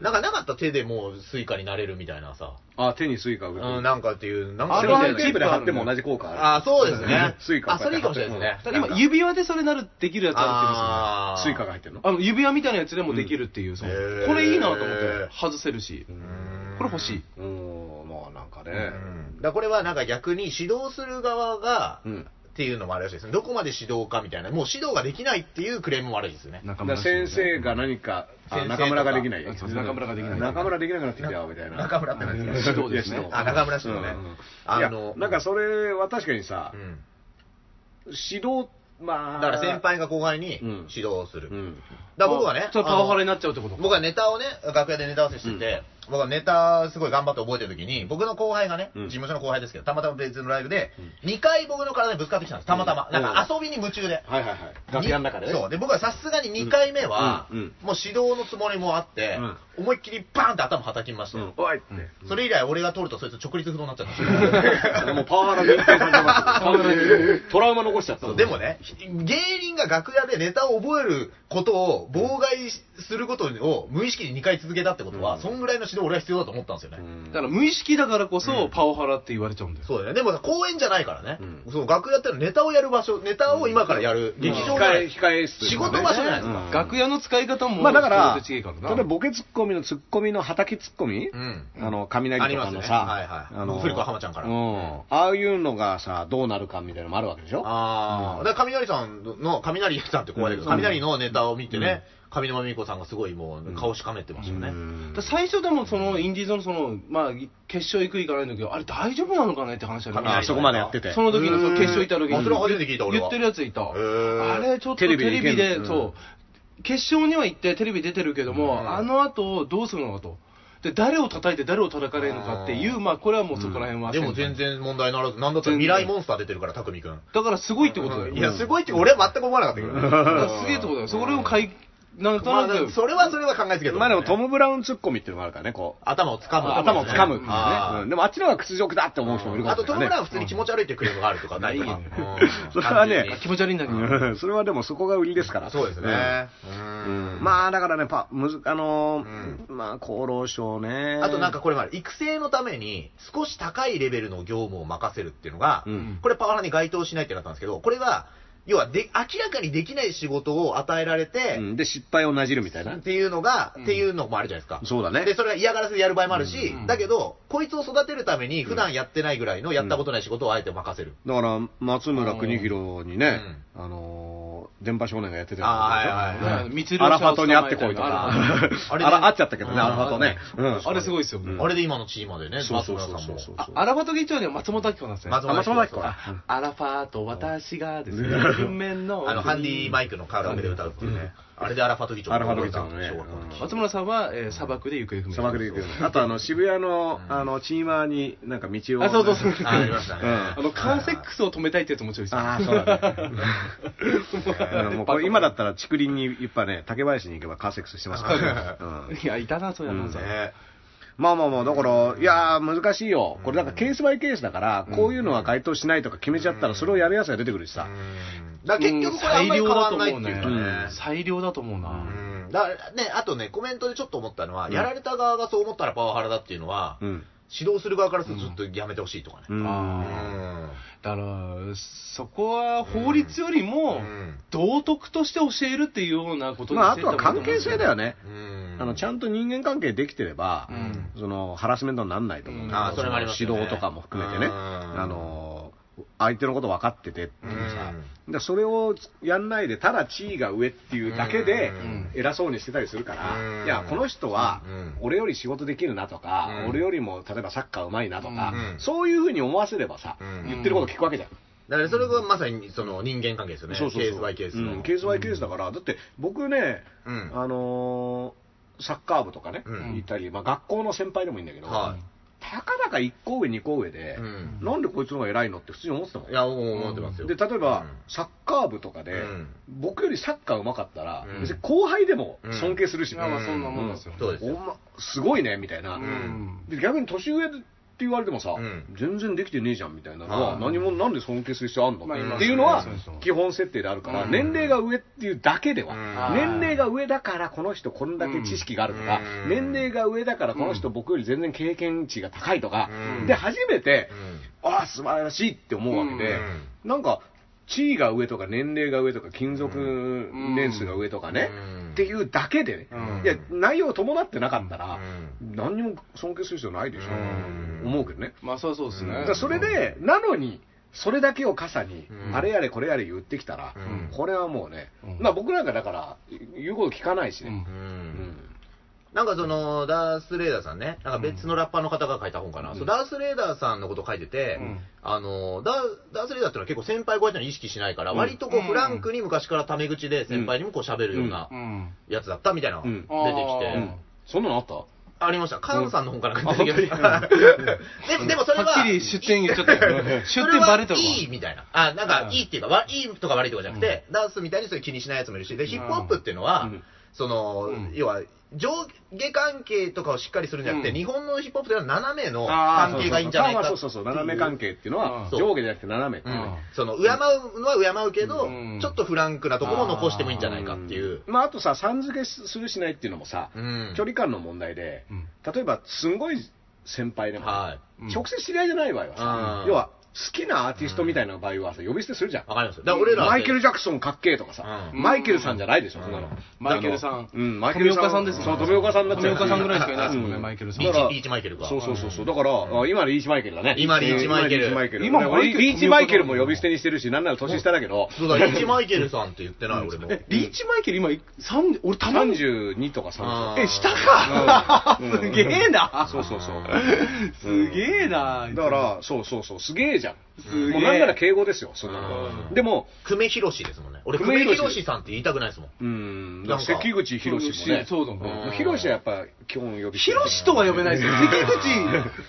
S4: なんかなかった手でもうスイカになれるみたいなさ。
S3: あ手にスイカを
S4: うん、
S3: セ
S4: なんかっていう、なんか
S5: あ
S3: ロ
S5: れ
S3: ハ
S5: は
S3: ンテープで貼っても同じ効果ある
S4: あーそうですね。
S3: スイカ
S4: あ、それいいかもしれないです
S5: た
S4: ね。
S5: だ今、指輪でそれなるできるやつあ
S4: あー
S3: スイカが入ってるの
S5: るんですよね、あの指輪みたいなやつでもできるっていう、その
S4: へー
S5: これいいなと思って、外せるし、これ欲しい、
S3: うーんまあなんかね
S4: うんだからこれはなんか逆に指導する側が、
S3: うん
S4: っていうのもあるらしいですね。どこまで指導かみたいな。もう指導ができないっていうクレームもあるんですよね。
S5: 中
S3: だから先生が何かあ
S4: 先生とか
S3: 中村ができない
S5: そう中村ができない
S3: 中村できなくなってきたよみたいな
S4: 中村ってなんです
S5: か指導ですね
S3: いや指導
S4: あ中村指導ね
S3: うんうん
S4: あ
S3: いや
S4: の
S3: なんかそれは確かにさ
S4: うん
S3: 指導まあ
S4: だから先輩が後輩に
S3: うん
S4: 指導をする。
S3: う
S4: だか
S3: ん
S4: ら僕はね
S5: あ、それパワハラに
S4: あの
S5: なっちゃうってことか
S4: 僕はネタをね、楽屋でネタ合わせしてて、僕はネタすごい頑張って覚えてる時に、僕の後輩がね、
S3: うん
S4: 事務所の後輩ですけど、たまたま別のライブで、2回僕の体にぶつかってきたんです。たまたま。
S3: うん
S4: なんか遊びに夢中で。
S3: はいはいはい楽屋の中でね
S4: そう。で、僕はさすがに2回目は、
S3: うんうん
S4: もう指導のつもりもあって、思いっきりバーンって頭叩きました
S3: う
S4: よ、
S3: んおいって
S4: それ以来俺が通るとそいつ直立不動になっちゃっ たんですよ
S3: それもうパワハラ認定されてますトラウマ残しちゃった
S4: そうでもね、芸人が楽屋でネタを覚えることを妨害することを無意識に2回続けたってことは、
S3: うん
S4: そんぐらいの指導俺は必要だと思ったんですよね。
S3: うん
S5: だから無意識だからこそ、パワハラって言われちゃうんだよ。
S4: そうだよね。でもさ公演じゃないからね。
S3: うん
S4: そう楽屋ってのはネタをやる場所、ネタを今からやる。劇場じゃな
S3: 控え
S4: い
S3: 控え室
S4: 仕事場所じゃないですか。
S3: うん
S5: 楽屋の使い方も、
S3: まあだから、
S5: そ
S3: 例
S5: れと違
S3: え
S5: うからな
S3: ばボケツッコミのツッコミの畑ツッコミ、
S4: うん
S3: あの、雷とかのさ、
S4: ありますねはいはい
S3: あの、
S4: 古川浜ちゃんから
S3: うん。ああいうのがさ、どうなるかみたいなのもあるわけでしょ
S4: ああ、だから雷さんの、雷さんって怖いけど、雷のネタを見てね、上沼恵美子さんがすごいもう顔しかめてましたよね。
S5: だから最初でもそのインディーズのその、まあ、決勝行く行かないんだけど、あれ大丈夫なのかねって話だよ
S4: あ
S5: ね。
S3: あそこまでやってて。
S5: その時のその決勝行った時
S4: あ
S5: に
S4: それ初めて聞いた俺
S5: 言
S4: は
S5: ってるやついた。
S4: ー
S5: あれちょっとテレビで、
S3: テレビでうん
S5: そう、決勝には行ってテレビ出てるけども、
S4: うん
S5: あの後どうするのかと。で、誰を叩いて誰を叩かれるのかっていう、まあこれはもうそこら辺は、
S4: でも全。然問題ならず、なんだったら未来モンスター出てるから、匠くん。
S5: だからすごいってことだよ。
S4: いや、すごいって、俺は全く思わなかったけ
S5: だか
S4: ど。
S5: らすげえってことだよ。それを
S4: かい
S5: 解、なんとなく、
S4: それはそれは考えつけど
S3: まあでもトム・ブラウンツッコミっていうのもあるからね、こう。
S4: 頭を掴む。
S3: 頭を掴むっていう
S4: あ
S3: ね。
S4: ー
S3: うんでもあっちの方が屈辱だって思う人もいるか
S4: あ
S3: もし
S4: と、
S3: れ
S4: ト
S3: な
S4: ム・
S3: い、
S4: ブ
S3: ね。
S4: ラウン普通に気持ち悪いっていうクレームがあるとかないとか。うん
S3: それはね
S4: 完
S5: 気
S4: 全に
S5: 持ち悪いんだけど。
S3: うんそれはでもそこが売りですから。
S4: そうですね。
S3: う
S4: うん
S3: ん。まあだからね、パ、むず、あの
S4: う
S3: ー、まあ厚労省ね。
S4: あとなんか、これもある、育成のために少し高いレベルの業務を任せるっていうのが、
S3: うん
S4: これパワハラに該当しないってなったんですけど、これは要はで、明らかにできない仕事を与えられて、
S3: うんで、失敗をなじるみたいな
S4: っ。ていうのが、
S5: ん
S4: っていうのもあるじゃないですか。
S3: そうだね
S4: で、それが嫌がらせでやる場合もあるし、
S5: うん
S4: だけど、こいつを育てるために、普段やってないぐらいの、やったことない仕事をあえて任せる。
S3: だから、松村邦洋にね、あのー、電波少年がやってた
S4: あーはいはいはい
S5: みつる
S3: アラファトに会ってこいとか。
S5: あ
S3: あ
S4: あれ
S3: ら、会っちゃったけどね、
S4: あ
S3: アラファトね。うん
S5: あれすごいですよ。
S3: うん
S4: あれで今の地位までね、
S3: そうそうそう
S4: 松
S3: そう
S4: 村さ
S3: そ
S4: ん
S3: う
S4: も。
S5: あアラファト議長には松本明子なんですね。
S4: 松
S3: あ松村明子だ。
S5: あアラファーと私がですね、文面の。
S4: あの、ハンディマイクのカラオケで歌うっていうね。あれでアラファト議長
S3: アラファト議長のね
S4: 小学校の時
S5: 松村さんは、えー砂漠で行方不明。
S3: 砂漠で行くよねあとあの渋谷の
S4: うん
S3: あのチーマーになんか道を
S5: あ、そうそうそう。
S4: あありましたね
S5: あの、カーセックスを止めたいってやつもちろんですよ
S3: ああそう だねうんもうこれ今だったら竹林にやっぱね竹林に行けばカーセックスしてますからね、 うん
S5: いや、いたな、そういうの。
S4: ね
S3: まあまあまあだからいやー難しいよこれなんかケースバイケースだからこういうのは該当しないとか決めちゃったらそれをやるやつが出てくるしさ
S4: うんだから結局これあんまり変わんないっていうか
S3: うん
S4: ね。
S5: 最良だと思うな。
S4: うんだからね、あとね、コメントでちょっと思ったのは、やられた側がそう思ったらパワハラだっていうのは、
S3: うん
S4: 指導する側からするとずっとやめてほしいとかね。
S3: うん
S5: あ
S4: ん
S5: ーだから、そこは法律よりも、道徳として教えるっていうようなことに
S3: まああ
S5: して
S3: と
S5: た
S3: は
S5: 方がい
S3: 関
S5: いと思うん
S3: 係
S5: です
S3: 性
S5: よ
S3: だよね
S4: うん
S3: あのちゃんと人間関係できてれば、
S5: うん
S3: そのハラスメントにならないと思う、
S5: うん、
S4: あーそれもありますよね
S3: 指導とかも含めてね、
S4: うん
S3: あの相手のこと分かっててっていうさ、
S4: うん
S3: でそれをやんないで、ただ地位が上っていうだけで
S4: うん
S3: 偉そうにしてたりするから、
S4: うん
S3: いや、この人は
S4: うん
S3: 俺より仕事できるなとか、
S4: うん
S3: 俺よりも例えばサッカーうまいなとか、
S4: うん
S3: そういうふうに思わせればさ、
S4: うん
S3: 言ってること聞くわけじゃん。
S4: だからそれがまさにその人間関係ですよね。
S3: そうそうそう
S4: ケースバイケース
S3: うん
S4: の。
S3: ケースバイケースだから、だって僕ね、
S4: うん
S3: あのーサッカー部とかね、
S4: うん
S3: いたり、まあ、学校の先輩でもいいんだけど、
S4: は
S3: たかだか1個上、2個上で、
S4: うん
S3: なんでこいつの方が偉いのって普通に思ってたもん。
S4: い。いや、もう思ってますよ。
S3: で例えば、
S4: うん
S3: サッカー部とかで、
S4: うん
S3: 僕よりサッカーうまかったら、
S4: うん
S3: 別に後輩でも尊敬するし、
S5: いやまあそんなもんですよ
S4: そうです
S3: お
S4: よ。
S3: ま、すごいねみたいな、
S5: うん
S3: で逆に年上って言われてもさ、
S4: うん
S3: 全然できてねえじゃんみたいなのは、
S4: はい
S3: 何もなんで尊敬する必要あんの、
S5: まあいますね
S3: っていうのは
S5: そうそう
S3: 基本設定であるから、
S4: うん
S3: 年齢が上っていうだけでは、
S4: うん
S3: 年齢が上だからこの人こんだけ知識があるとか、
S4: うん
S3: 年齢が上だからこの人僕より全然経験値が高いとか、
S4: うん
S3: で初めて
S4: う、ん
S3: ああ素晴らしいって思うわけで、
S4: う
S3: なんか地位が上とか年齢が上とか勤続年数が上とかね、
S4: うん
S3: っていうだけでね、
S5: うん
S3: いや内容を伴ってなかったら、何にも尊敬する必要ないでしょ、
S4: うん
S3: 思うけどね、
S5: まあ、そうそうですね。
S3: だからそれでなのにそれだけを傘に、
S4: うん
S3: あれやれこれやれ言ってきたら、
S4: うん
S3: これはもうね、
S5: うん
S3: まあ僕なんかだから言うこと聞かないし
S5: う
S3: ね、
S5: ん
S4: うんなんかその、ダース・レーダーさんね、なんか別のラッパーの方が書いた本かな、そうダース・レーダーさんのこと書いてて、
S5: うん
S4: あのダー、ダース・レーダーってのは結構先輩こうやっての意識しないから、割とこうフランクに昔からタメ口で先輩にもこう喋るような
S5: うん。
S4: やつだったみたいなのが
S3: う
S4: 出
S3: ん
S4: てきて、
S5: う
S3: うんんそんなのあった
S4: ありました。カンさんの本から書いてたけど、 でも、でもそれは、
S5: はっきり出店言っちゃったよ。
S4: そ
S5: 出
S4: れ
S5: 店
S4: は
S5: バレたわ。
S4: いいみたいな。あ、なんか、いいっていうか、わいいとか悪いとかじゃなくて、ダンスみたいにそれ気にしないやつもいるし、で、ヒップホップっていうのは、
S3: うん
S4: その、
S5: うん
S4: 要は、上下関係とかをしっかりするんじゃなくて、
S5: うん
S4: 日本のヒップホップっていうのは斜めの
S3: あー
S4: 関係がいいんじゃないかってい
S3: そうそうそうそう斜め関係っていうのは、
S4: うん
S3: 上下じゃなくて斜めって
S4: う
S3: いうね、
S4: んその、敬うのは敬うけど、
S5: うん
S4: ちょっとフランクなところも残してもいいんじゃないかっていう。
S3: まあ、あとさ、さん付けするしないっていうのもさ、
S4: うん
S3: 距離感の問題で、
S5: うん
S3: 例えば、すんごい先輩でも、
S4: はい
S5: うん
S3: 直接知り合いじゃない場合はさ、
S4: うん
S3: 要は、好きなアーティストみたいな場合はさ、呼び捨てするじゃん。
S4: わかります。だから俺ら、
S3: マイケル・ジャクソンかっけえとかさ、
S4: う
S3: マイケルさんじゃないでしょ、そんなの。
S5: マイケルさん
S3: うん、マイケルさん。
S5: 富岡さんですもん
S3: そう、富岡さんになっちゃう。
S5: 富岡さんぐらいしかいないですもんね
S3: う
S5: マイケルさ
S4: ん
S3: だから
S4: リーチリーチマイケルか
S3: そうそうそうそう。だから、あ今のリーチマイケルだね。
S4: 今リーチマイケル
S3: 今リーチマイケル。
S5: 今
S3: だ
S5: も
S3: から
S5: マイケル
S3: リーチマイケルも呼び捨てにしてるし、なんなら年下だけど、
S4: そうだ、リーチマイケルさんって言ってない、俺も。
S5: え、リーチマイケル今、三俺たまに。
S3: 32とか3
S4: あ
S3: と
S4: ー
S5: え、下か
S3: うん
S5: すげえな
S3: そうそうそう。
S5: すげえな
S3: だから、そうそうそう、すげえじゃん。
S5: すげ
S3: も
S5: え
S3: うなんなら敬語ですよ、そんな
S4: う
S3: の。
S4: ん
S3: でも、
S4: 久米宏ですもんね。俺、久
S3: 久米
S4: 米
S3: 宏
S4: 宏さんって言いたくないですもん。
S3: うん、
S4: なんか
S3: 関口博士もね。
S5: そうだね。
S4: うん
S3: 博士はやっぱ基本呼び捨て
S5: ヒロシとは呼べないですよ。関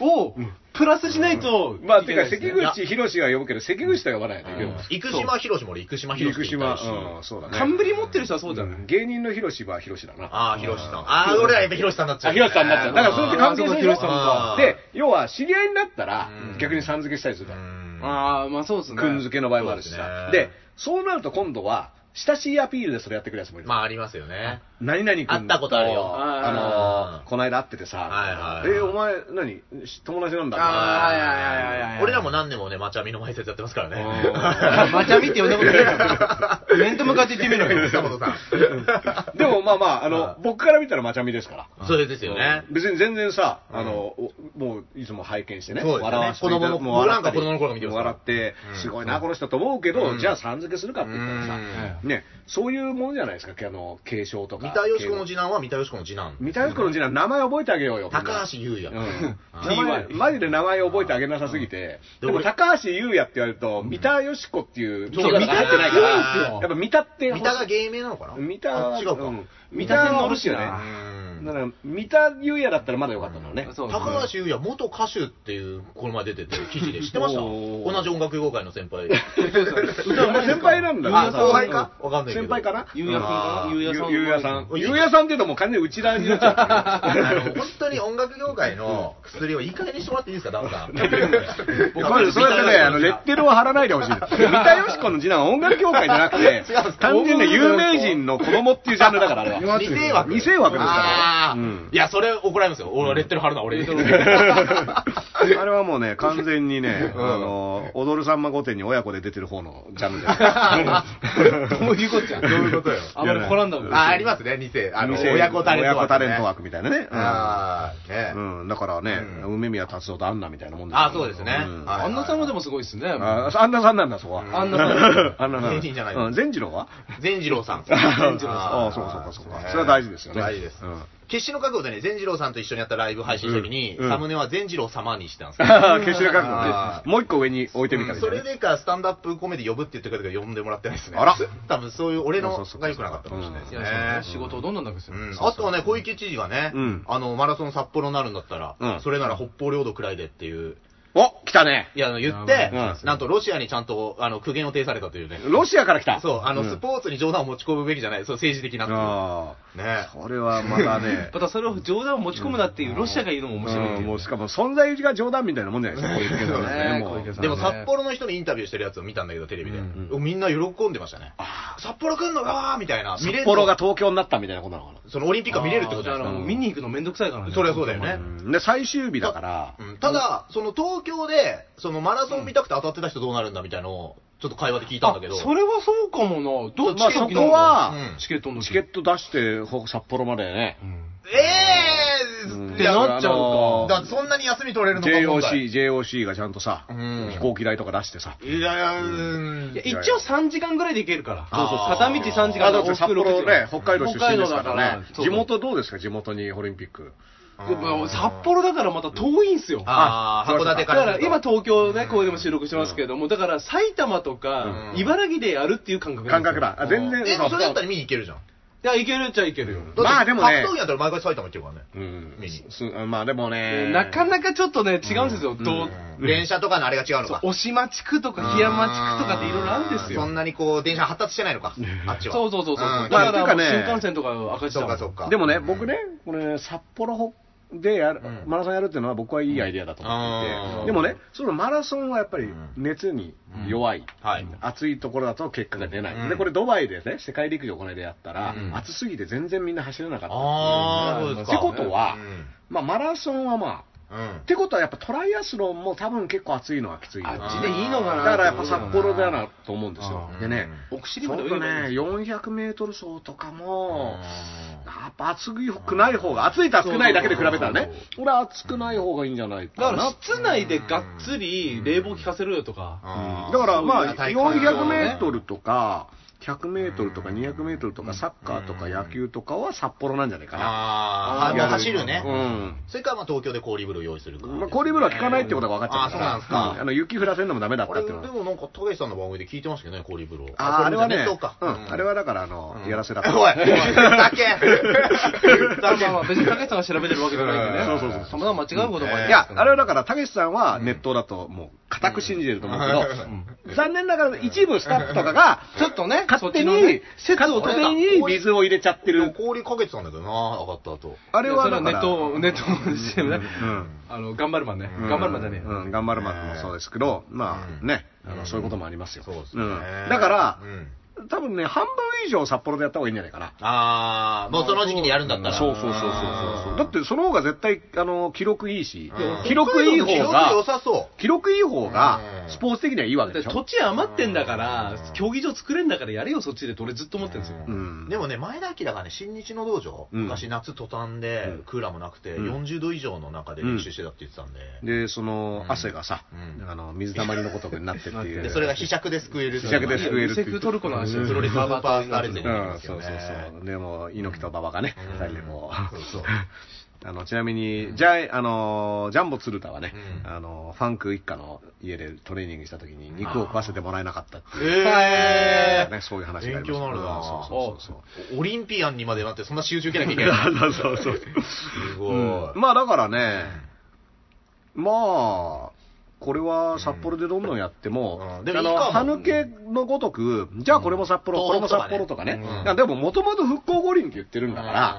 S5: 口をプラスしないといけないですね。
S3: まあ、てか、
S4: ね
S3: 関口博士は呼ぶけど、関口とは呼ばないよね。でも
S4: 生島ひろしも俺、生島ひろし
S3: 生
S4: って言った
S3: 島
S4: りし。、
S3: うん、そうだね。
S5: 冠持ってる人はそうじゃない
S3: うん芸人の博士は博士だな。
S4: ああ、ひろしさん。ああ、俺らやっぱひろしさんになっちゃ
S3: あ、
S4: う。
S3: ヒロシさんになっちゃう。だから、それって関係性でしょ
S5: あそう
S4: かヒロシさんか
S3: で、要は、知り合いになったら
S4: う、ん
S3: 逆にさん付けしたりするじゃん。
S4: あ
S5: ああ、まあそうですね。
S3: くん付けの場合もあるし
S4: そうです
S3: さ。
S4: ね
S3: で、そうなると今度は、親しいアピールでそれやってくるやつもいる。
S4: まあ、ありますよね。
S3: 何々君
S4: 会ったことあるよ
S3: あの、こないだ会ってて
S4: は
S3: さ、
S4: いはいはい
S3: え、お前、何友達なんだ
S5: あーいやいやいやいやいや
S4: 俺らも何年もね、マチャミの前説やってますからね。
S5: マチャミって呼んだことないから。面と向かって言ってみろよ。
S4: 久本さん。
S3: でもまあまあ、あ
S4: は
S3: の、僕から見たらまちゃみですから。
S4: それですよね。
S3: 別に全然さ、あの、おもういつも拝見してね、
S4: そうですね
S3: 笑わせていた
S4: 子供の
S3: もう笑ったり
S4: 僕なんか子供の頃から見てます
S3: 笑って
S4: うん、
S3: すごいな、この人と思うけ
S4: う
S3: ど、
S4: ん
S3: じゃあさん付けするかって言ったら
S4: う
S3: さ、ね、そういうものじゃないですか、あの、継承とか。
S4: 三田佳子の次男は三田佳子の次男。
S3: 三田佳子の次男、名前覚えてあげようよ。みんな
S4: 高橋優也。
S3: うん
S4: あ
S3: 名前マジで名前覚えてあげなさすぎて、で
S4: うん
S3: も
S4: で俺
S3: 高橋優也って言われると、三田佳子っていう、
S4: そう
S3: 三田が入ってないか
S4: 三田
S3: ら、
S5: が
S3: やっぱ三田って欲しい、
S4: 三田が芸名なのかな
S3: 三田は
S4: あ違うか。
S3: ん三田乗るしね。
S4: う
S3: だ
S4: ん
S3: から、三田優也だったらまだよかったのね。
S5: そう
S4: 高橋優也、元歌手っていう、この前出てて、記事で知ってました
S3: おー
S4: 同じ音楽業界の先輩。
S3: 歌うまいんですか先輩なんだ
S4: あ後輩かわかんないけど
S3: 先輩かな
S5: ゆうやさんかなゆう
S3: ゆ
S5: やさん。
S3: うやさん。
S4: うん
S3: ゆうやさんって言うともう完全に内田に なっちゃう。
S4: あの本当に音楽業界の薬をいい加減にしてもらっていいですか、ダンさん。
S3: 僕はそれはね、あの、レッテルを貼らないでほしい。三田佳子の次男は音楽業界じゃなくて、単純に有名人の子供っていうジャンルだから、あれ は。
S4: 二世枠。
S3: 二世枠ですから
S4: あー
S3: うん
S4: いや、それ怒られますよ。俺はレッテル貼るな、俺。
S3: あれはもうね、完全にね、あの、踊るさんま御殿に親子で出てる方のジャンルです。
S5: どういうことじゃん。どうい
S4: こ
S5: う
S4: とよ
S5: あんまり来らんだもん。
S4: あ、ありますね、二世。あの、
S3: 二世
S4: 親子タレント
S3: 親
S4: 枠ね。
S3: 子タレント枠みたいなね。うん
S4: あーね
S3: うん、だからね、
S4: う
S3: 梅宮達夫とアンナみたいなもん
S4: あそうですね
S3: うん
S4: はい
S5: あんなさんもでもすごいっすね。
S3: ああんなさんなんだ、そこは。
S5: あんなさん。
S3: あんなさん。
S4: 善人じゃない
S3: うん善次郎は
S4: 善次郎さ ん。
S3: 善
S4: 次郎さん
S3: ああ、そうかそうかそうか。それは大事ですよね。
S4: 大事です
S3: うん
S4: 決死の覚悟でね、善次郎さんと一緒にやったライブ配信した時に、
S3: うん
S4: サムネは善次郎様にしてたんですけど
S3: ああ決して覚
S4: あ
S3: 悟
S4: あ
S3: で。もう一個上に置いてみたみた
S4: そ
S3: いなね
S4: れでか、スタンダップコメディ呼ぶって言ってくれたから呼んでもらってないですね。
S3: あら
S4: 多分そういう俺
S3: そ
S4: の
S3: うそうそう
S4: が良くなかったかもしれないです
S5: い
S4: ね
S5: やそうね。仕事をどんどんなくす
S4: う
S5: る。
S4: んあとはね、小池知事がね
S3: うん、
S4: あの、マラソン札幌になるんだったら
S3: う、ん
S4: それなら北方領土くらいでっていう、
S3: お、来たね。
S4: いや、あの言って
S3: うん、
S4: なんとロシアにちゃんと、あの、苦言を呈されたというね。
S3: ロシアから来た。
S4: そう、あ
S3: ん
S4: の、スポーツに冗談を持ち込むべきじゃない、そう、政治的な
S3: あ
S4: っていう。ね
S3: あ。これはまた ね
S5: ま。たそれを冗談を持ち込むなっていうロシアが言うのも面白いって
S3: う
S5: い
S3: ん
S5: う
S3: もうしかも存在が冗談みたいなもんじゃないですか、こういう けどね。
S5: そうね小池さん
S4: でも札幌の人にインタビューしてるやつを見たんだけど、テレビで。みんな喜んでましたね。札幌来んのかーみたいな。
S3: 札
S4: 見れるの
S3: 幌が東京になったみたいなことなのか
S4: そのオリンピックが見れるってことじゃ
S5: だ
S4: ない
S5: か
S4: です
S5: らもう
S4: か。
S5: 見に行くのめんどくさいからね。
S4: そりゃそうだよね。
S3: な。で、最終日だから、
S4: うんただ、その東京で、そのマラソン見たくて当たってた人どうなるんだみたいなのを、ちょっと会話で聞いたんだけど。
S5: あそれはそうかもな。どっち
S3: まあそこは、
S4: うん
S5: チケットの
S3: チケット出して、ほ札幌までね。
S4: ええ
S3: うん
S4: ー、
S5: っ
S4: い
S5: て
S4: や
S5: なっちゃうか
S3: あのー
S4: だってそんなに休み取れるのか問題
S3: JOC、JOC がちゃんとさ、
S4: うん
S3: 飛行機代とか出してさ。
S4: いやいや、うん
S5: いや一応3時間ぐらいで行けるから。
S4: そうそうそう
S5: 片道3時間
S3: あだって
S5: 往
S3: 札
S5: 復
S3: 幌ね、
S5: 六
S3: 北
S5: 時
S3: 海道出
S5: 間
S3: 身ですか
S5: 北海道
S3: らね。
S5: そう
S3: 地元どうですか、地元にオリンピック。
S5: でも札幌だからまた遠いんすよ。だ
S4: ああ、函館か
S5: からら
S4: すると
S5: 今東京ね、こうでも収録してますけれども、だから埼玉とか
S4: うん
S5: 茨城でやるっていう感覚なん
S3: 感
S5: です
S3: 覚
S5: よ。
S3: だ。あ全然
S4: え、
S3: そう
S4: それだったら見に行けるじゃん。
S5: いや、行けるっちゃ行けるよ。
S4: だって
S3: まあでもね
S4: 格闘技だったら毎回埼玉行ってるからね。
S3: うん
S4: 見に。
S3: すまあでもね。
S5: なかなかちょっとね、違うんですよ。どう
S4: うん電車とかのあれが違うの
S5: そ
S4: か。
S5: う押島地区とか檜山地区とかっていろいろあるんですよ。
S4: そんなにこう、電車発達してないのか、あっちは。
S5: そうそうそうそう。
S4: ん
S5: だか
S3: まあて
S5: ら
S3: か
S5: もう
S3: ね
S5: 新幹線とか赤字
S4: そ
S5: だ
S4: うん
S5: も
S4: か、そうか。
S3: でもね、僕ね、これ、札幌ほでやる、
S4: うん
S3: マラソンやるっていうのは、僕はいいアイデアだと思っていて、
S4: うん
S3: でもね、そのマラソンはやっぱり
S4: ん
S3: 熱に弱い、
S4: はい。
S3: 暑いところだと結果が出ない、
S4: うん
S3: でこれ、ドバイでね、世界陸上この間やったら、
S4: うん
S3: 暑すぎて全然みんな走れなかった。
S4: ああ、そうですか。
S3: ってことは、
S4: うん
S3: まあ、マラソンはまあ、
S4: うん
S3: っ。てことはやっぱトライアスロンも多分結構暑いのはきついよ
S5: あっちでいいのか
S3: だ
S5: な
S3: からやっぱ札幌だなと思うんですよ
S5: う。
S3: でね、
S5: 奥尻
S3: ちょ
S5: ま
S3: っ
S5: で泳い
S3: と
S5: で
S3: ね、
S5: る
S3: 400メートル走とかも、
S4: う
S3: やっぱ暑くない方が、暑いと暑くないだけで比べたらね、俺は暑くない方がいいんじゃない
S5: だ
S3: か
S5: から
S3: な。
S5: 室内でがっつり冷房効かせるよとか。
S4: ん
S3: だからま
S4: そ
S3: あ、
S4: ういう大会
S3: 400メートルとか、100メートルとか200メートルとか、サッカーとか野球とかは札幌なんじゃないかな。
S4: あーあ
S3: や
S4: の、走るね。
S3: うん。
S4: それからまあ東京で氷風呂用意するか。
S3: まあ、氷風呂は効かないってことが分かっちゃったから、
S4: あーそうなんですか
S3: あの雪降らせるのもダメだった
S4: あ
S3: っ
S4: れ、
S3: てい
S4: で
S3: うのは。
S4: もなんか、たけしさんの番組で聞いてましたけどね、氷風呂。
S3: あーあれはね、
S4: そうか。
S3: うん、あれはだから、あの、やらせだった。
S4: おい、おい、だけ
S5: まあまあ別に竹内さんが調べてるわけじゃないんでね。
S3: うんそうそうそう
S5: たまたま間違うこともあ
S4: うん
S5: る
S3: いや、あれはだから、たけしさんは熱湯だと、もう、固く信じてると思うけど、残念ながら一部スタッフとかが、
S5: ちょっとね、
S3: 勝手
S5: そっちのね
S3: に、節を勝手に水を入れちゃって
S4: でも
S3: る。
S4: 氷かけてたんだけどな、上がった後。
S3: あれはだ
S5: ネ
S3: から、
S5: ット、ネットの CM ね。
S3: うん。
S5: あの、頑張るマンね。頑張るマンじゃねえよ。
S3: うん、頑張るマンもそうですけど、ま
S4: う
S3: あ
S4: ん
S3: ね、あのそういうこともありますよ。
S4: そうです
S3: う
S4: ね
S3: ん。だから
S4: う、ん
S3: 多分ね、半分以上札幌でやった方がいいんじゃないかな。
S4: ああ、もうその時期にやるんだったら。
S3: そうそうそうそうそう。だってその方が絶対、あの、記録いいし
S4: うん、
S3: 記録いい方
S4: 記録
S3: が、
S4: 良さそ
S3: 記録いい方が
S4: う、ん
S3: スポーツ的にはいいわけでし
S5: 土
S3: ょ。
S5: 地余ってんだから、競技場作れんだからやれよ、そっちでって俺ずっと思ってるんですよ。
S4: う
S3: うん。
S4: でもね、前田明がね、新日の道場、
S3: うん
S4: 昔夏途端で、
S3: うん
S4: クーラーもなくて、
S3: うん
S4: 40度以上の中で練習してたって言ってたんで、
S3: で、その
S4: う、ん
S3: 汗がさ、
S4: うん
S3: あの、水たまりのごとくになってっていう。
S4: でそれが被釈で救える。
S3: 被釈で救える
S5: セクトルコの
S3: うん
S5: 話プロレスバーバーターになる
S4: う
S5: の
S4: ん
S3: うん、そうそうそう。でも、猪木と馬場がね、
S4: うん
S3: 二人でも
S4: そうそう
S3: う。あの、ちなみに、ジャイ、あの、ジャンボ鶴田はね、
S4: うん
S3: あの、ファンク一家の家でトレーニングした時に肉を食わせてもらえなかったっていう。
S4: え
S3: ね、そういう話がありました
S4: 勉強になるな
S3: うんそうそうそうそう。
S4: ー、オリンピアンにまでなって、そんな集中受けなきゃいけな い。
S3: そうそうそう。
S4: すごい。
S3: うんまあだからね、まあ、これは札幌でどんどんやっても、
S4: うんでも
S3: あ
S4: いい
S3: の、
S4: かも
S3: 歯抜けのごとく、じゃあこれも札幌、
S4: うん
S3: これも札幌とかね。
S4: うん
S3: いやでももともと復興五輪って言ってるんだから、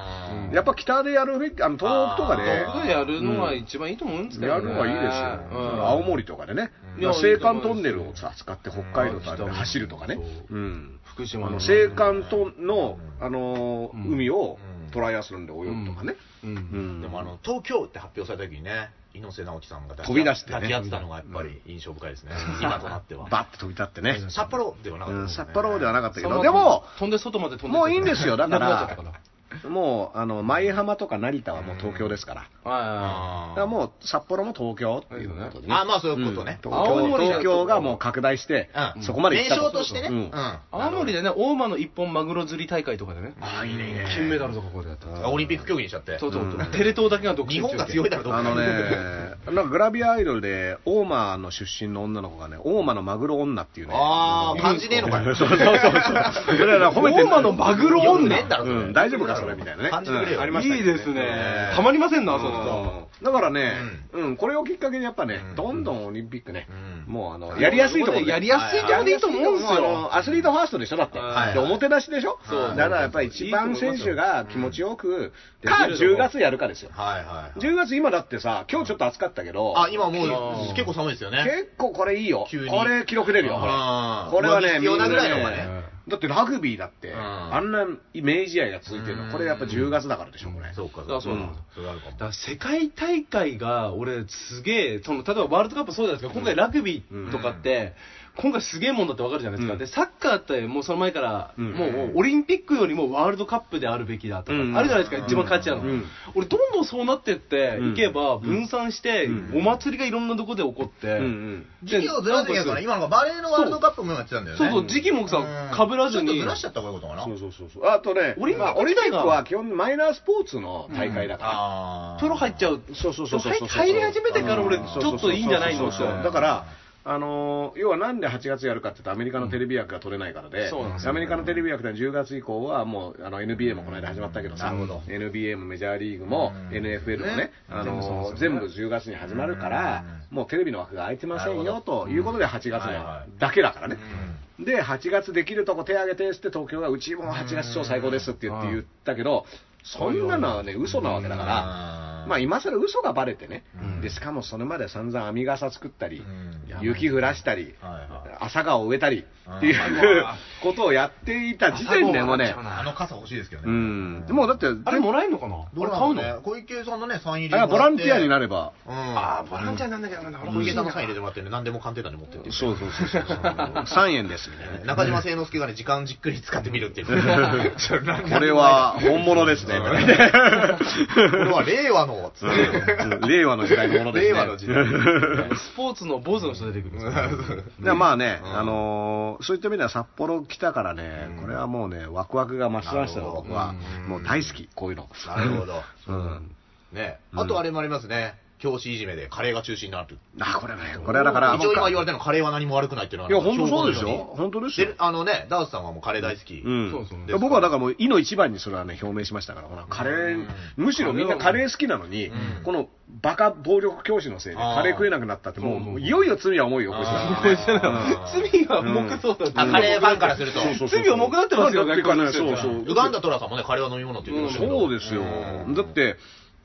S4: うん
S3: やっぱ北でやるべき、あの、東北とかで、
S5: 東北でやるのが一番いいと思うんですけど、
S3: や
S5: ね。
S3: るのはいいですよ。
S5: うん
S3: 青森とかでね
S5: うんい。や
S3: 青函トンネルをさ、使って北海道とかで
S5: うん
S3: 走るとかね。うん。
S5: 福
S3: あ
S5: 島
S3: の、青
S5: の。
S3: 函トンの、あのー、
S5: うん
S3: 海を
S4: うん
S3: トライアスロンで泳ぐとかね。
S5: う。
S3: うんん
S4: でもあの、東京って発表された時にね、猪瀬直樹さんが抱き
S3: 飛び出してね
S4: 抱き合ってたのがやっぱり印象深いですね。今となっては。
S3: バッと飛び立ってね。
S4: 札幌ではなかっ
S3: う
S4: たで
S3: ん
S4: すね
S3: 札幌ではなかったけ
S5: その
S3: ど、でも、
S5: 飛んで外まで飛んで
S3: もういいんですよだから
S5: なくなっちゃったか
S3: もう、あの、舞浜とか成田はもう東京ですから。
S5: らは
S3: だか
S4: あ
S5: い
S4: ー
S3: らもう、札幌も東京っていうことでね。
S4: あまあそういうことね
S3: うん
S5: 青
S3: 東京
S5: 森だと
S3: 東京がもう拡大して
S4: う、ん
S3: そこまで行った
S4: 名称としてね。
S3: う
S4: うんん。
S5: 青森でね、大間の一本マグロ釣り大会とかでね、
S4: あーいいねいいね
S5: 金メダルとかここでやった。
S4: オリンピック競技にしちゃって。
S5: そうそうそうテレ東だけが独占
S4: 日本が強いだろ、どうか
S3: あの。ね、なんかグラビアアイドルで、大間の出身の女の子がね、大間のマグロ女っていうね。
S4: ああ、感じねえのかよ。
S3: そうそうそうそう。それは褒めて
S5: 大間のマグロ
S4: よく
S5: 女
S4: ねえんだろ、それ
S3: うん大丈夫かそれみたいなね
S4: 感じてくれ
S3: うん
S4: よ。
S3: ありましたけ
S5: いい
S3: どね
S5: ですね
S4: ね。
S5: たまりませんな、
S3: そ
S5: そうう
S3: そう
S5: そ
S3: そうだからね、うん、これをきっかけにやっぱね
S4: う、ん
S3: どんどんオリンピックね
S4: う、ん
S3: もうあの、やりやすいところで。
S5: やりやすいところでいいと思うんですよ
S3: やりやいとこあのアスリートファーストでしょだって。
S5: はい
S3: でおもてなしでしょ
S5: そう
S3: だからやっぱり一番選手が気持ちよく、か、
S5: うん
S3: 10月やるかですよ。
S4: はいはいはい。
S3: 10月今だってさ、今日ちょっと暑かったけど、
S4: あ、今もう
S5: あー
S4: 結構寒いですよね。
S3: 結構これいいよ。
S4: 急に
S3: これ記録出るよ、これ。
S4: あー
S3: これはね、
S4: 必要なぐらいの
S3: みん
S4: が
S3: な
S4: ね。
S3: だってラグビーだって、
S4: うん
S3: あんな名試合が続いてる
S4: う
S3: の、
S4: ん
S3: これやっぱ10月だからでしょ、これ。
S4: そうか、
S5: あそうなんだ
S4: それあるか
S5: う。だ
S4: も。
S5: から世界大会が、俺、すげえ、その、例えばワールドカップそうじゃないですか、今回ラグビーとかって、今回すげえもんだってわかるじゃないです
S3: う
S5: か。
S3: ん
S5: で、サッカーってもうその前から、
S3: うん
S5: もうオリンピックよりもワールドカップであるべきだと
S3: う
S5: か、
S3: ん
S5: あるじゃないですか、一番価値ある
S3: う
S5: の
S3: ん。
S5: 俺、どんどんそうなってって
S3: うん
S5: いけば、分散して
S3: う、
S5: お祭りがいろんなとこで起こって、
S3: うん
S4: 時期をずらすけど、今のがバレーのワールドカップもやってたんだよね。
S5: そうそう、時期もさ、被ら
S4: ち
S5: ず
S4: ょっと
S5: に
S4: ず、らしちゃった方がいいことかな。
S3: そうそうそうそう。あとね、
S5: オリンピック
S3: まあオリンピックは基本マイナースポーツの大会だから。
S4: あー
S5: プロ入っちゃう。
S3: そうそうそうそうそう。
S5: 入り始めてから俺、ち
S3: うん
S5: ょっといいんじゃないの
S3: そうそうそうそうだから、あのー要はなんで8月やるかって言うとアメリカのテレビ枠が取れないからで、
S5: そうなんです
S3: アメリカのテレビ枠で10月以降はもうあの NBA もこの間始まったけどさ、
S4: なるほど
S3: NBA もメジャーリーグも
S4: うん
S3: NFL もね
S4: ね、
S3: あのー全部10月に始まるから、もうテレビの枠が空いてません
S4: な
S3: よ
S4: る
S3: ということで8月の
S4: はいは
S3: だけだからね。
S4: うん
S3: で、8月できるとこ手挙げてっつって東京がうちも8月超最高ですって言って言ったけど、そんなのはね、嘘なわけだから
S4: う、ん
S3: まあ今更嘘がバレてね
S4: う、ん
S3: で、しかもそれまで散々網傘作ったり
S4: うん、
S3: 雪降らしたり
S4: はいは、
S3: 朝顔植えたりっていううことをやっていた時点でもうね、
S4: あの傘欲しいですけどね。
S3: うん、もうだって、
S5: あれもらえんのかな
S4: どう
S5: 俺
S4: な
S5: 買う
S4: の
S5: の
S4: ね、小池さんのね、サイン入
S3: あれ
S4: れ
S3: はボランティアにな
S4: る。
S3: れば、
S4: うん。
S5: あーボランティアになんなきゃなんだから
S4: 小池さんのサイン入れてもらってるんで、何でも鑑定団に持ってって。
S3: そうそうそうそう、3円 ですみたいなね。
S4: 中島清之助がね、時間じっくり使ってみるってい う。
S3: こ
S4: こ
S3: れは本物ですね。
S4: これは令和の、つって。
S3: 令和の時代のものですね。
S4: 令和の時代。
S5: スポーツの坊主の人出てくるんですよ
S3: でまあね、
S4: うん
S3: あのーそういった意味では札幌来たからね、これはもうね、ワクワクが増しましたよ、僕は
S4: なるほ。ど
S3: もう大好き、こういうの。
S4: なるほど。
S3: うん。
S4: ね。あとあれもありますね。教師いじめでカレーが中止になる。
S3: あ、これはね、これはだから、
S4: 一応今言わ
S3: い
S4: れてるのカレーは何も悪くないっていうのは。
S3: や、本当そうでし
S4: 証拠の
S3: ょ
S4: ように
S3: 本当ですよ
S4: で。あのね、ダウスさんはもうカレー大好き。
S3: うん
S5: そうそう
S3: いや僕はだからもう、意の一番にそれはね、表明しましたから、ほら、カレ
S4: う
S3: ー
S4: ん、
S3: むしろみんなカレー好きなのに、
S4: ん
S3: このバカ暴力教師のせいで
S4: あー
S3: カレー食えなくなったって、もう、もういよいよ罪は重いよ、こいつら
S4: あー
S5: これじゃ
S4: あ
S5: ない
S4: ー
S5: 罪は重くそうだ
S4: あ、カレーファンからする
S3: そ
S4: と。
S3: うそうそう
S5: 罪重くなってますよ
S3: だってかね
S5: 学校の先生
S3: そうそう
S4: ウガンダトラさんもね、カレーは飲み物って言ってましたけ
S3: そ
S4: ど。
S3: うですよ
S4: う。ん
S3: だって、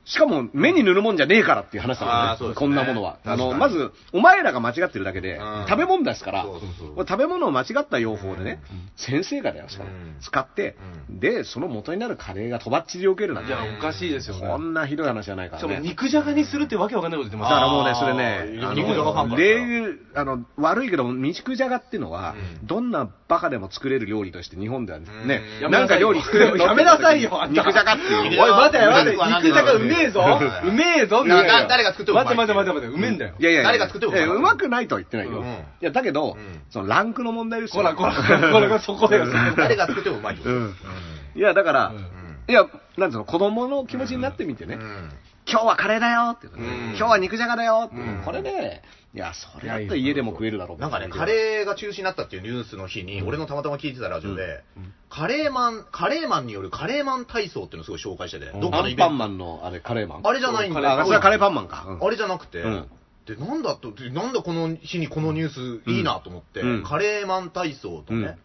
S3: しかも、目に塗るもんじゃねえからっていう話だ
S2: あー
S3: か
S2: そうですね
S3: らね。こんなものは。あ
S2: 確
S3: の、
S2: かに
S3: まず、お前らが間違ってるだけで
S2: うん、
S3: 食べ物ですから
S2: そうそうそう、
S3: これ食べ物を間違った用法でね、先生がだよ、しかも
S2: うん
S3: 使って、で、その元になるカレーがとばっちり受けるなん
S5: い
S3: て
S5: や、、おかしいですよね。
S3: こんなひどい話じゃないか
S5: しからも
S3: ね。
S5: 肉じゃがにするってわけわかんないこと言って
S3: だ
S5: ます
S3: か
S5: からら
S3: もうね、
S2: あー
S3: それね、あ
S2: 肉じゃがファンか
S3: の
S2: ら
S3: 例言うあの、悪いけど、未熟じゃがっていうのは、
S2: うん
S3: どんなバカでも作れる料理として、日本ではね
S2: うん、
S5: やめなさい
S3: なんか料
S5: よ
S3: 理作れるの
S5: やめなさ いよあんた
S3: 肉じゃがっていう。
S2: おい待てよ待てよ肉じゃがうめ
S5: えぞうめえぞ
S2: いやだ誰が作ってもう
S5: 待
S2: ま
S5: っ
S2: い
S5: て待って待って待って、うめえんだよ。
S3: いやいやいや
S2: 誰が作ってもうまい
S3: いやうまくないとは言ってないよ。
S5: うん
S3: いや、だけど、
S2: うん
S3: そのランクの問題ですよ。
S5: こら こら、これがそこだよ。
S2: 誰が作ってもうまいよ。
S3: う
S2: うんん。
S3: いや、だから、
S2: うん
S3: いや、なんつうの、子供の気持ちになってみてね、今日はカレーだよって言うとね、
S2: うん
S3: 今日は肉じゃがだよって、
S2: うん
S3: これね、いや、それだったら家でも食えるだろう
S4: なんかね、カレーが中止になったっていうニュースの日に、俺のたまたま聞いてたラジオで、カレーマン、カレーマンによるカレーマン体操っていうのをすごい紹介してて、どっか
S3: ア
S4: のイ
S3: ン
S4: ベ
S3: パ
S4: ン
S3: ン
S4: ト。
S3: マンのあれ、カレーマン。
S4: あれじゃないんだ
S3: あ、それはカレーパンマンか。うん
S4: あれじゃなくて、
S3: うん
S4: で、なんだと、でなんだこの日にこのニュースいいなと思って、
S3: うん
S4: カレーマン体操とね、
S5: うん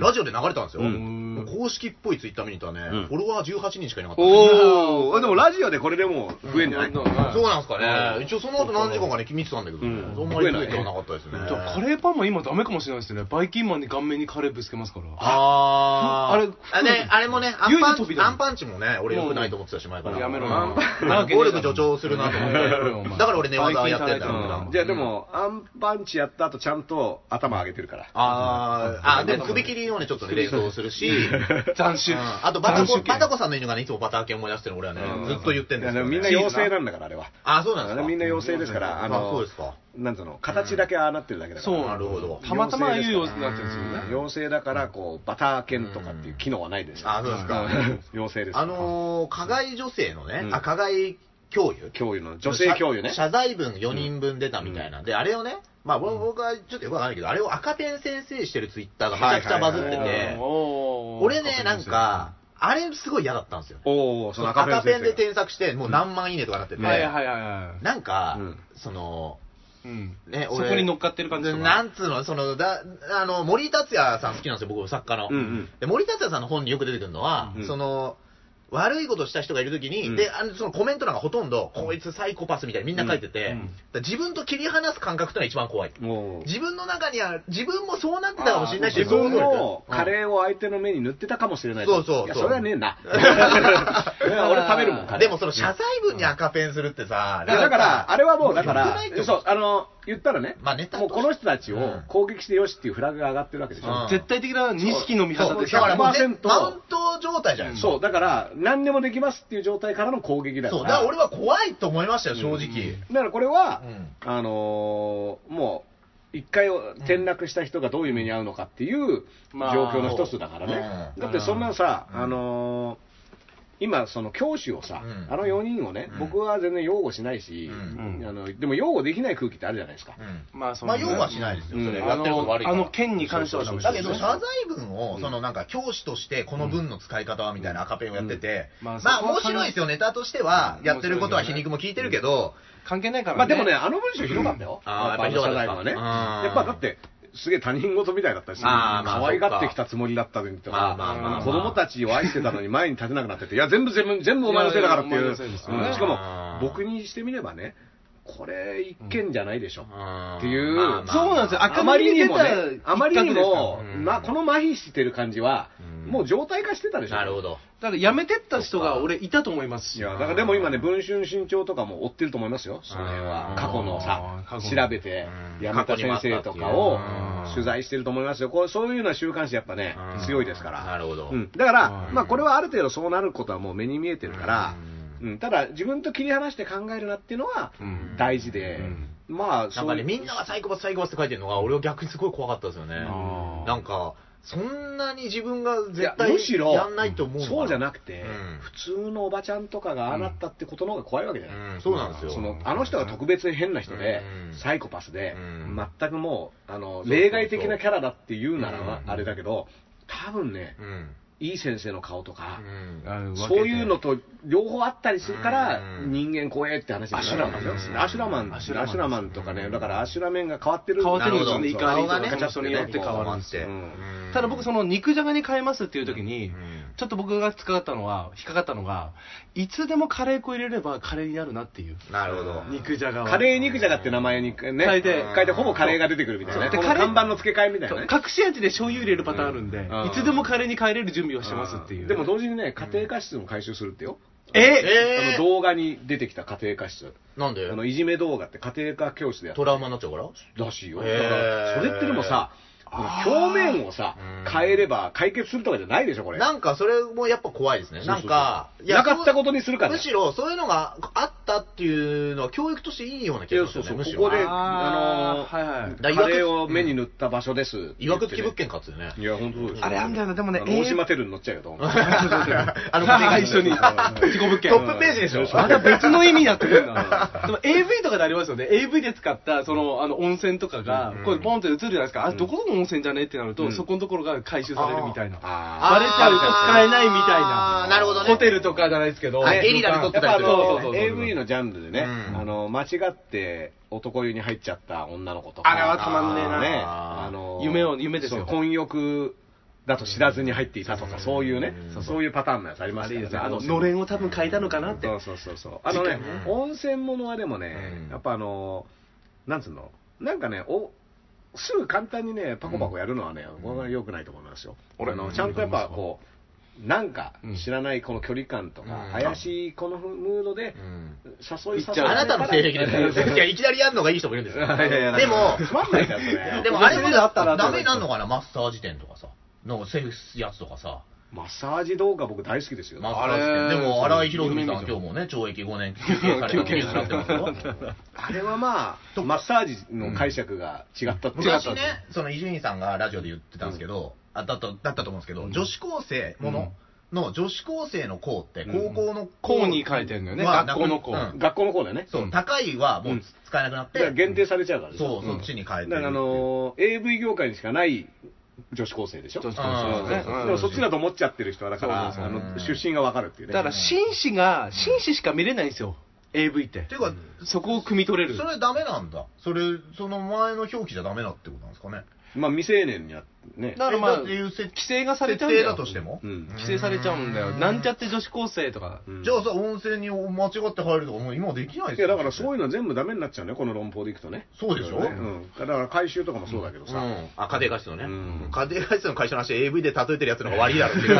S4: ラジオで流れたんですよ。
S3: うん
S4: 公式っぽいツイッター見に行ったらね、
S3: うん
S4: フォロワー18人しかいなかった。
S3: おー、でもラジオでこれでもう増えんじゃない、
S4: そうなんですかね。一応その後何時間かね、見てたんだけどね、
S3: うん
S4: そんまり増えてはなかったですね。
S5: じゃあカレーパンも今ダメかもしれないですよね。バイキンマンに顔面にカレーぶつけますから。
S4: あー
S5: あれ
S4: あね、あれもね、アン
S5: 唯
S4: パ
S5: 一飛び
S4: ン
S5: だもん
S4: アンパンチもね、俺良くないと思ってたし、前から。
S5: やめろ
S4: な。
S5: な。
S4: 暴力助長するなと思
S5: やめろよお
S4: っ
S5: 前
S4: て。だから俺ね、技やってんだ
S5: バイキン叩いてる
S4: よ
S5: う
S4: 普段
S3: じゃあでも、アンパンチやった後ちゃんと頭上げてるから。
S4: あーあ、でも首切りをね、ちょっとね、冷凍するし、
S5: 斬
S4: う
S5: 首。
S4: んあとバタ
S5: 斬
S4: コ、
S5: 首
S4: バタコさんの犬がね、いつもバター犬思い出してるの俺はね、ずっと言ってんです
S3: いやで
S4: よ、ね。
S3: もみんな妖精なんだから、あれは。
S4: あ、そうなんですか。
S3: みんな妖精ですから、あ
S4: あ
S3: の、
S4: そうですか。
S3: なんつうの、形だけああなってるだけだか
S5: そ
S3: ら。
S5: う
S4: なるほど。
S5: たまたまああいうようになってるんですよね。
S3: 妖精だから、こう、バター犬とかっていう機能はないですよ。
S4: あ、そうですか。
S3: 妖精です。
S4: あ、のー、加害女性のね
S3: う、ん
S4: あ、加害教諭
S3: 教諭の、女性教諭ね。
S4: 謝謝罪文4人分出たみたいな。で、あれをね、まあ僕僕はちょっとよくわかんないけど、あれを赤ペン先生してるツイッターがめちゃくちゃバズって
S3: はいはい
S4: て、
S5: おー
S4: 俺ね、なん、か、あれすごい嫌だったんですよ。
S3: おお、
S4: そ
S3: そ
S4: の
S3: の
S4: 赤
S3: 赤
S4: ペ
S3: ペ
S4: ン
S3: ン
S4: で
S3: 先
S4: 添削して、もう何万いいねとかなってて、
S5: はいはいはいは
S4: なんか
S3: うん、
S4: その、
S5: い。うん。
S4: ね、
S5: そこに乗っかってる感じとか
S4: なんつうの、その、だ、あの、森達也さん好きなんですよ、僕、作家の。
S3: うんうん
S4: で、森達也さんの本によく出てくるのは、
S3: うん
S4: その、悪いことした人がいるときに、
S3: うん
S4: で、あの、そのコメント欄がほとんど、こいつサイコパスみたいにみんな書いてて、
S5: うんうん
S4: だから自分と切り離す感覚ってのが一番怖い。
S3: 生。もう
S4: 自分の中には、自分もそうなってたかもしれないし、
S3: 自分の
S4: うん
S3: カレーを相手の目に塗ってたかもしれない
S4: そうそうそう
S3: いやそれはねえ ないや俺食べるもんカレー
S4: でもその謝罪文に赤ペンするってさ、
S3: いやだから、あれはもう、だから
S4: 良くないと、思う
S3: そう、あの、言ったらね、
S4: まあネタ
S3: も
S4: と
S3: う
S4: して
S3: この人たちを
S4: うん
S3: 攻撃してよしっていうフラグが上がってるわけでし
S4: うん
S3: ょ。
S5: 絶対的な錦の見
S4: そ
S5: 方
S4: う
S5: です
S4: だ
S5: よ
S4: からもうね
S3: 100%
S4: マウント状態じゃない
S3: そう、だから、何でもできますっていう状態からの攻撃だか
S4: そ
S3: ら。
S4: う、だから俺は怖いと思いましたよ、正直。
S3: だからこれは
S4: うん、
S3: あのー、もう、一回転落した人がどういう目に遭うのかっていう状
S5: まあ
S3: 況の一つだからね。
S4: うん
S3: だってそんなさ、あのー、今、その教師をさ、
S4: うん
S3: あの4人をね、
S4: うん
S3: 僕は全然擁護しないし、
S4: うん
S3: あのでも擁護できない空気ってあるじゃないですか。
S4: うん
S5: まあ、そ
S4: まあ、
S5: の
S4: 擁護はしないですよ、
S3: うん
S4: それ。
S5: あ
S4: やってること
S5: の
S4: 悪いか
S5: あ
S4: ら。
S5: の件に関してはダメですよ
S4: だ
S5: ね
S4: けど、謝罪文を、そのなんか、教師として、この文の使い方はみたいな赤ペンをやってて、
S5: うん
S4: ま
S5: ま
S4: あ
S5: あ、
S4: 面白いですよ、ネタとしては、やってることは皮肉も効いてるけど、
S5: 関係ないからね。
S3: まあでもね、あの文章広かったよ。
S4: うんあー
S3: やっぱ
S4: やっぱ
S3: 謝
S4: 広
S3: 罪
S4: かっ
S3: 文は
S4: た
S3: ね。
S4: うん
S3: やっぱだって、すげえ他人事みたいだったし、
S4: あーまあ
S3: 可愛がってきたつもりだったのにと
S4: ま
S3: か
S4: あまあまあまあ、
S3: 子供たちを愛してたのに前に立てなくなってて、いや、全部全部、全部お前のせいだからってい
S5: いやい
S3: う。
S5: や
S3: う
S5: お
S3: ん
S5: 前のせいですよね
S3: しかも
S4: あ、ー
S3: 僕にしてみればね、これ一件じゃないでしょ。
S4: っ
S3: っていう
S5: そうなんですよ
S3: あまりにもね
S5: 赤身に出た
S3: あまりにも
S4: 一角ですから、
S3: まあこの麻痺してる感じは
S4: う、ん
S3: もう状態化してたでしょ。
S4: なるほど。
S5: だから辞めてった人が俺いたと思いますし。
S3: いや、だからでも今ね、文春新潮とかも追ってると思いますよ、その辺
S4: う
S3: は
S4: ん。
S3: 過去のさ
S5: 過、去の
S3: 調べて、
S4: うん
S3: やめた先生とかを
S4: 過去にもあったっていううん
S3: 取材してると思いますよ。こうそういうのは週刊誌やっぱね
S4: うん、
S3: 強いですから。
S4: なるほど
S3: うんだから
S4: う、ん
S3: まあこれはある程度そうなることはもう目に見えてるから、
S4: う
S3: うんただ自分と切り離して考えるなっていうのは
S5: うん
S3: 大事で、まあ
S4: な
S3: そ
S4: ん
S3: う
S4: か
S3: い
S4: ね、
S3: う
S4: みんながサイコパス、サイコパスって書いてるのが、俺は逆にすごい怖かったですよね。
S5: あー
S4: なんか、そんなに自分が絶
S3: い
S4: 対
S3: やむしろ
S4: やんないと思うのか
S3: そうじゃなくて、
S4: うん
S3: 普通のおばちゃんとかがああなったってことの方が怖いわけじゃない、
S4: うんそうなんですよ
S3: そのあの人が特別変な人で、
S4: うん
S3: サイコパスで、
S4: うん
S3: 全くもうあの
S4: そうそう
S3: 例外的なキャラだって言うならば
S4: うん
S3: あれだけど多分ね
S4: うん。
S3: いい先生の顔とか、
S4: ん。
S5: あ
S3: そういうのと両方あったりするから、
S4: うん
S3: 人間怖えって話になる
S5: アシュラマン
S3: ですねアシュラマン、アシュラマンとかね、だからアシュラメンが変わってる
S5: 変わってるんですよね
S3: な
S5: 怒り
S3: ほど
S4: 顔
S5: とか
S4: がね
S5: ガチャ人によって変わるんです
S4: て
S3: う
S5: ただ僕、その肉じゃがに変えますっていう時に、
S4: うん
S5: ちょっと僕が使ったのは、引っかかったのが、いつでもカレー粉入れればカレーになるなっていう、
S4: なるほど。
S5: 肉じゃがは。
S3: カレー肉じゃがって名前にね、
S5: 変えて
S3: 変えてほぼカレーが出てくるみたいなね。
S5: で
S3: この
S5: カレー
S3: 看板の付け替えみたいなね。
S5: 隠し味で醤油入れるパターンあるんで、
S3: ん
S5: いつでもカレーに変えれる準備をしてますっていう。
S3: でも同時にね、家庭科室も回収するってよ。
S5: え
S4: え
S3: あの動画に出てきた家庭科室。
S4: ー、なんで
S3: あの、いじめ動画って家庭科教師でやって
S4: トラウマになっちゃうから
S3: らしいよ。だ
S4: へー
S3: から、それってでもさ、表面をさ
S4: うん、
S3: 変えれば解決するとかじゃないでしょ、これ。
S4: なんかそれもやっぱ怖いですね。なんか、いや
S3: なかったことにするからね
S4: むしろそういうのがあったっていうのは教育としていいような気
S3: いや
S4: がす
S3: そ
S4: る
S3: うそ
S4: ん
S3: う、
S4: で
S3: こ
S4: すね、
S3: こ
S4: むし
S3: で、
S4: ろ。
S3: あ
S5: あーはいはい
S3: の、カレーを目に塗った場所です。
S4: いわくつき物件かっつ うね。
S3: いや、本当そうですよ
S5: あれあんだよなでもね
S3: あ
S5: え
S3: の
S5: ー
S3: 大島テルに乗っちゃうよ、と思 って。
S4: あの、
S5: 一緒に、自己物件。
S4: トップページでしょ。
S5: また別の意味になってくるんだ。でも AV とかでありますよね。AV で使った、その、あの、温泉とかが、こうボンって映るじゃないですか。あ、どこの温泉じゃねってなると、そこのところが回収されるみたいな。
S3: あ
S5: バレちゃうと使えないみたい
S4: あ
S5: な。
S4: ーなるほどね
S5: ホテルとかじゃないですけど。
S4: はいゲリラで撮
S3: や
S4: って
S3: っぱ
S4: た
S3: あ
S4: り
S5: そう
S3: の
S5: そうそう
S3: AV のジャンルでね、
S4: うん
S3: あの間違って男湯に入っちゃった女の子とか、
S5: あれはたまんねえな。
S3: ね
S4: あー
S3: あの
S5: 夢を夢ですよ
S3: そう混浴だと知らずに入っていたとか、そういうね、そういうパターンのやつありま
S5: あ
S3: す
S5: れ
S3: から
S5: いいですね。あの、
S3: 温泉
S5: のれんを多分変えたのかなって。
S3: そうそうそうそうあのね、温泉ものはでもね、
S4: うん
S3: やっぱあのなんつうのなんかねおすぐ簡単にねパコパコやるのはね、僕は良くないと思いますよ、俺のちゃんとやっぱこうなんか知らないこの距離感とか、
S4: うん
S3: 怪しいこのムードで
S4: うん
S3: 誘い誘
S4: あなたの性癖です
S3: ね
S4: ね。いや、いきなりやるのがいい人もいるんですよ。
S3: いやいや
S4: でも、
S3: つまんないからそれ
S4: でもあれも
S5: あったら
S4: ダメなのかな、マッサージ店とかさ。のセーフやつとかさ。
S3: マッサージ動画僕大好きですよ、
S4: マッサージ店。でも、荒井博文さん、今日もね、懲役5年休憩されたってニュースになってます よ。
S3: あれはまあマッサージの解釈が違ったっていう
S4: 昔ね、その伊集院さんがラジオで言ってたんですけど、あだっただったと思うんですけど、女子高生ものの女子高生の校って、高校の
S5: こうに書いてんのよね。
S4: まあ
S5: 学校の子。
S4: うん
S3: 学校の方だよね
S4: そうう、
S3: ん
S4: 高いはもう使えなくなっ
S3: だから
S4: て、
S3: 限定されちゃうからね
S4: そう、そっちに変えてるって
S3: だ
S4: いう
S3: からあのー AV 業界にしかない女子高生でしょ。
S5: 女子
S4: 高生
S3: うん
S4: ね
S3: そうそうでもそっちだと思っちゃってる人は、だから、
S5: そう
S4: そうそう
S3: あの出身がわかるっていうね。
S5: だから、紳士が、紳士しか見れないんですよ。AV って
S4: て。いうか、
S5: そこを汲み取れる
S4: そ。れダメなんだ。それ、その前の表記じゃダメだってことなんですかね。
S3: まあ未成年にはね。
S5: だからまあ、
S4: えだっていう設
S5: 規制がされちゃ
S4: 設
S5: うんだ
S4: 定
S5: よ
S4: だとしても。
S3: うん。
S5: 規制されちゃうんだよ。なんちゃって女子高生とか。
S3: うん
S4: じゃあさ、温泉に間違って入るとか、もう今はできないで
S3: い
S4: す
S3: やだからそう
S4: いう。
S3: いうのは全部ダメになっちゃうね、この論法でいくとね。
S4: そうでしょ
S3: うん。だから回収とかもそうだけど
S4: う
S3: さ。
S4: ん、あ家庭科室のね、
S3: うん
S4: 家庭科室の会社の話、AV で例えてるやつの方が悪いだろっていう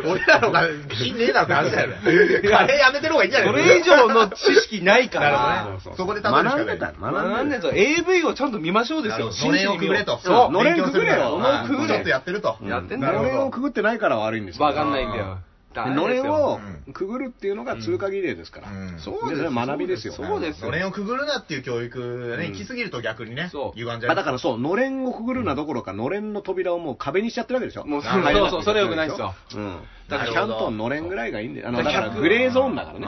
S4: 話俺らの方が気ねえなって話だよね、カレーやめてる方がいいんじゃない
S5: それ以上の知識ないか
S4: なるほど
S5: ら。
S4: ね
S3: うう
S4: そこで例えるしかな
S3: 学
S4: い
S3: んでた、
S5: な
S3: 学
S5: ん
S3: ん
S5: で
S3: で
S5: ぞ AV をちゃんと見ましょうです
S4: なる
S5: よ。
S4: ほどのれんをくぐれと、
S5: そう
S3: のれんくぐれよ
S4: 勉強するんだ
S5: のれんくぐ
S4: ち
S5: れ
S4: ょっとやってると、
S5: うんやってん
S3: た。
S5: だよ
S3: のれんをくぐってないから悪いんですよ
S5: わかんないんだよ。ダメ
S3: の
S5: で
S3: れ
S5: す
S3: んを
S5: よ
S3: くぐるっていうのが通過儀礼ですから
S4: うん。
S3: そうです学びですよ。
S5: そうです
S4: のれんをくぐるなっていう教育がね、
S3: うん
S4: 行き過ぎると逆にね、
S5: そう
S4: 歪んじゃ
S3: あ
S4: う。
S3: だからそう、のれんをくぐるなどころか、のれんの扉をもう壁にしちゃってるわけでしょ。
S5: もうそう
S3: 入れなくて
S5: そうそうそれ良くないっすよ
S3: うん。だ
S4: だ
S3: か
S4: からら
S3: ちゃんとのれんぐらいがいいんで、あの、
S5: だ
S3: だ
S5: か
S3: かららグレーゾーンだから
S4: あ
S3: ね。